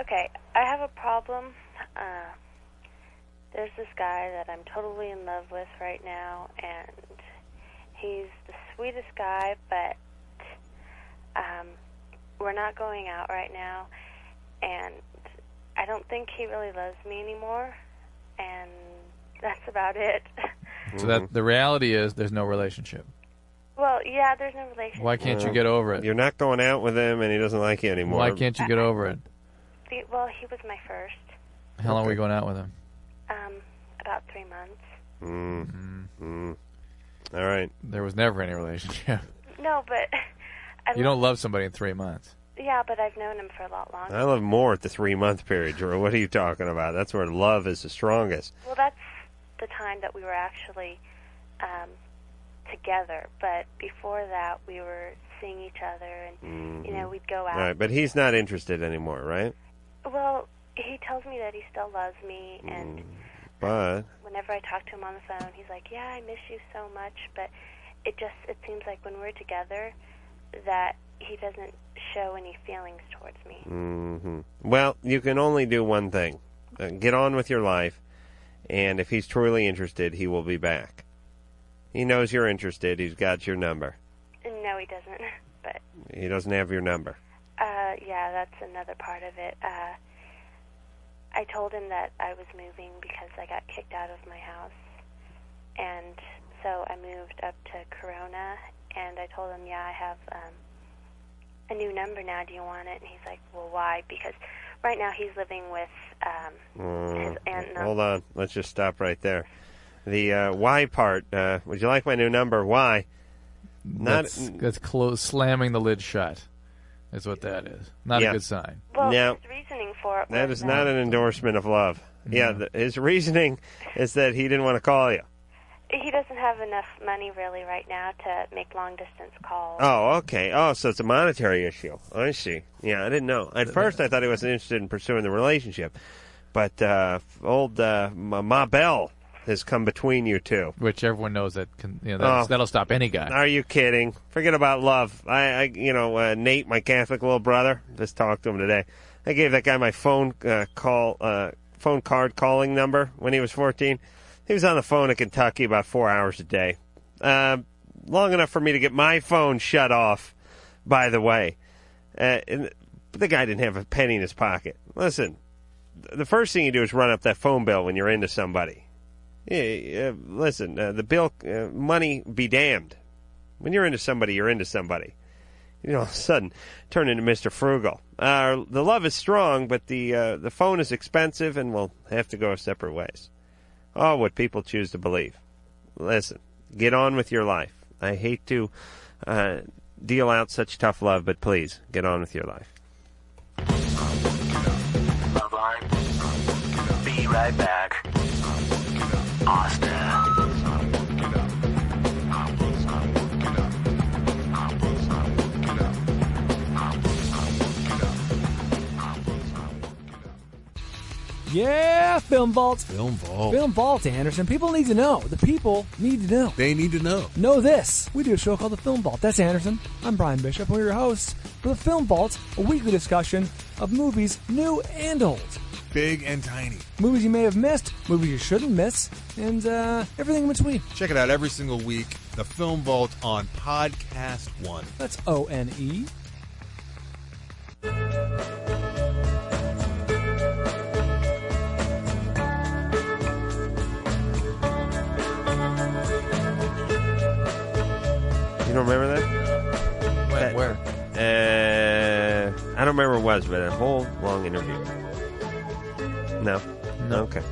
okay. I have a problem. Uh, there's this guy that I'm totally in love with right now, and he's the sweetest guy, but um, we're not going out right now, and I don't think he really loves me anymore, and that's about it.
Mm-hmm.
So that the reality is there's no relationship.
Well, yeah, there's no relationship.
Why can't you get over it?
You're not going out with him, and he doesn't like you anymore.
Why can't you get over it?
The- Well, he was my first,
How long are we going out with him?
um, about three months.
Mm. Mm. All right.
Mm-hmm. There was never any relationship.
No, but I
You don't love somebody in three months.
Yeah, but I've known him for a lot longer.
I love more at the three month period, Drew. What are you talking about? That's where love is the strongest.
Well, that's the time that we were actually um, together, but before that, we were seeing each other, and you know, we'd
Mm-hmm.
go
All
out.
right, but he's not interested anymore, right?
Well, he tells me that he still loves me,
Mm.
and
Mm-hmm. But
whenever I talk to him on the phone, he's like, "Yeah, I miss you so much," but it just it seems like when we're together, that he doesn't show any feelings towards me.
hmm Well, you can only do one thing: uh, get on with your life. And if he's truly interested, he will be back. He knows you're interested. He's got your number.
And no, he doesn't. But
He doesn't have your number.
Uh, yeah, that's another part of it. Uh, I told him that I was moving because I got kicked out of my house, and so I moved up to Corona. And I told him, yeah, I have um, a new number now. Do you want it? And he's like, well, why? Because right now he's living with. Um,
Mm.
aunt and
Hold on. Let's just stop right there. The uh, why part. Uh, would you like my new number? Why? Not
that's, that's close, slamming the lid shut. Is what that is. Not
Yeah.
a good sign.
well,
Now-
his reasoning for it
That
was
is not an endorsement of love. Yeah, th his reasoning is that he didn't want to call you.
he doesn't have enough money really right now to make long distance calls.
Oh, okay. Oh, so it's a monetary issue. I see. Yeah, I didn't know. At first, I thought he wasn't interested in pursuing the relationship, but uh, old uh, Ma Ma Bell has come between you two.
Which everyone knows that can, you know, that's,
Oh.
that'll stop any guy.
Are you kidding? Forget about love. I, I you know, uh, Nate, my Catholic little brother, just talked to him today. I gave that guy my phone uh, call, uh, phone card calling number when he was 14. He was on the phone in Kentucky about four hours a day, uh, long enough for me to get my phone shut off. By the way, uh, and the guy didn't have a penny in his pocket. Listen, th- the first thing you do is run up that phone bill when you're into somebody. Yeah, uh, listen, uh, the bill, uh, money be damned. When you're into somebody, you're into somebody. You know, all of a sudden, turn into Mr. Frugal. Uh, the love is strong, but the uh, the phone is expensive, and we'll have to go our separate ways. Oh, what people choose to believe. Listen, get on with your life. I hate to uh, deal out such tough love, but please get on with your life.
Be right back. Austin.
Yeah, Film Vault. Film Vault. Film Vault, Anderson. People need to know. The people need to know. They need to know. Know this. We do a show called The Film Vault. That's Anderson. I'm Brian Bishop. We're your hosts for The Film Vault, a weekly discussion of movies new and old. Big and tiny. Movies you may have missed, movies you shouldn't miss, and uh, everything in between.
Check it out every single week. The Film Vault on Podcast One.
That's O N E.
You don't remember that? That-
where?
Uh, I don't remember what it was, but a whole long interview. No. No. Okay.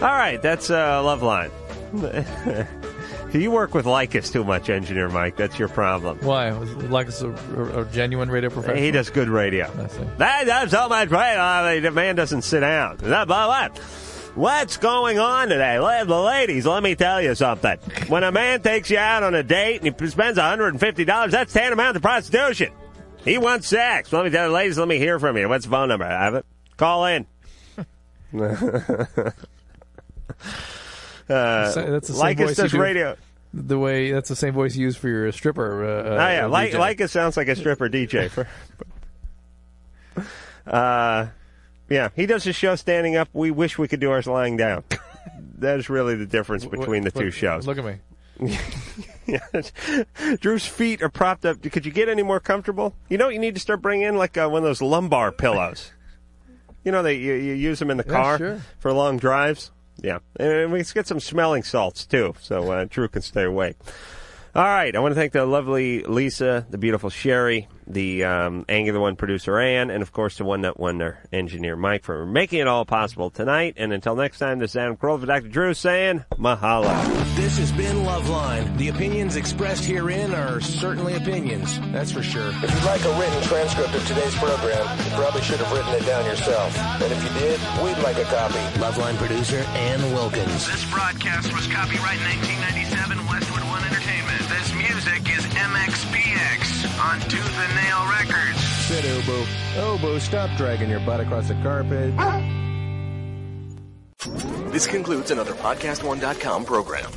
All right, that's uh, love line. you work with Lycus too much, engineer Mike. That's your problem.
Why? Was it like it's a, a genuine radio professional?
He does good radio. That, that's all my brain. I mean, the man doesn't sit down. Blah, blah, blah. What's going on today? La- The ladies, let me tell you something. When a man takes you out on a date and he spends $150, that's tantamount to prostitution. He wants sex. Let me tell you, ladies, let me hear from you. What's the phone number? I have it. Call in. Uh,
Sa- that's the same
Lycus
voice
does
you do-
radio.
The way that's the same voice you use for your stripper. Uh,
oh, yeah.
uh,
Like,
DJ.
like it sounds like a stripper DJ. Uh, yeah, he does his show standing up. We wish we could do ours lying down. That's really the difference between the two
look-
shows.
Look at me.
Yes. Drew's feet are propped up. Could you get any more comfortable? You know what you need to start bringing in? Like uh, one of those lumbar pillows. You know, they you, you use them in the
Yeah,
car
sure.
for long drives. Yeah. And we can get some smelling salts, too, so uh, Drew can stay awake. All right. I want to thank the lovely Lisa, the beautiful Sherry, the um, Angular One producer, Ann, and, of course, the One Nut Wonder engineer, Mike, for making it all possible tonight. And until next time, this is Adam Kroll for Dr. Drew saying, mahalo.
This has been Loveline. The opinions expressed herein are certainly opinions, that's for sure.
If you'd like a written transcript of today's program, you probably should have written it down yourself. And if you did, we'd like a copy.
Loveline producer Ann Wilkins.
This broadcast was copyright 1997 Westwood One Entertainment. This music is MXPX on Tooth and Nail Records.
Sit, Obo. Obo, stop dragging your butt across the carpet.
This concludes another PodcastOne.com program.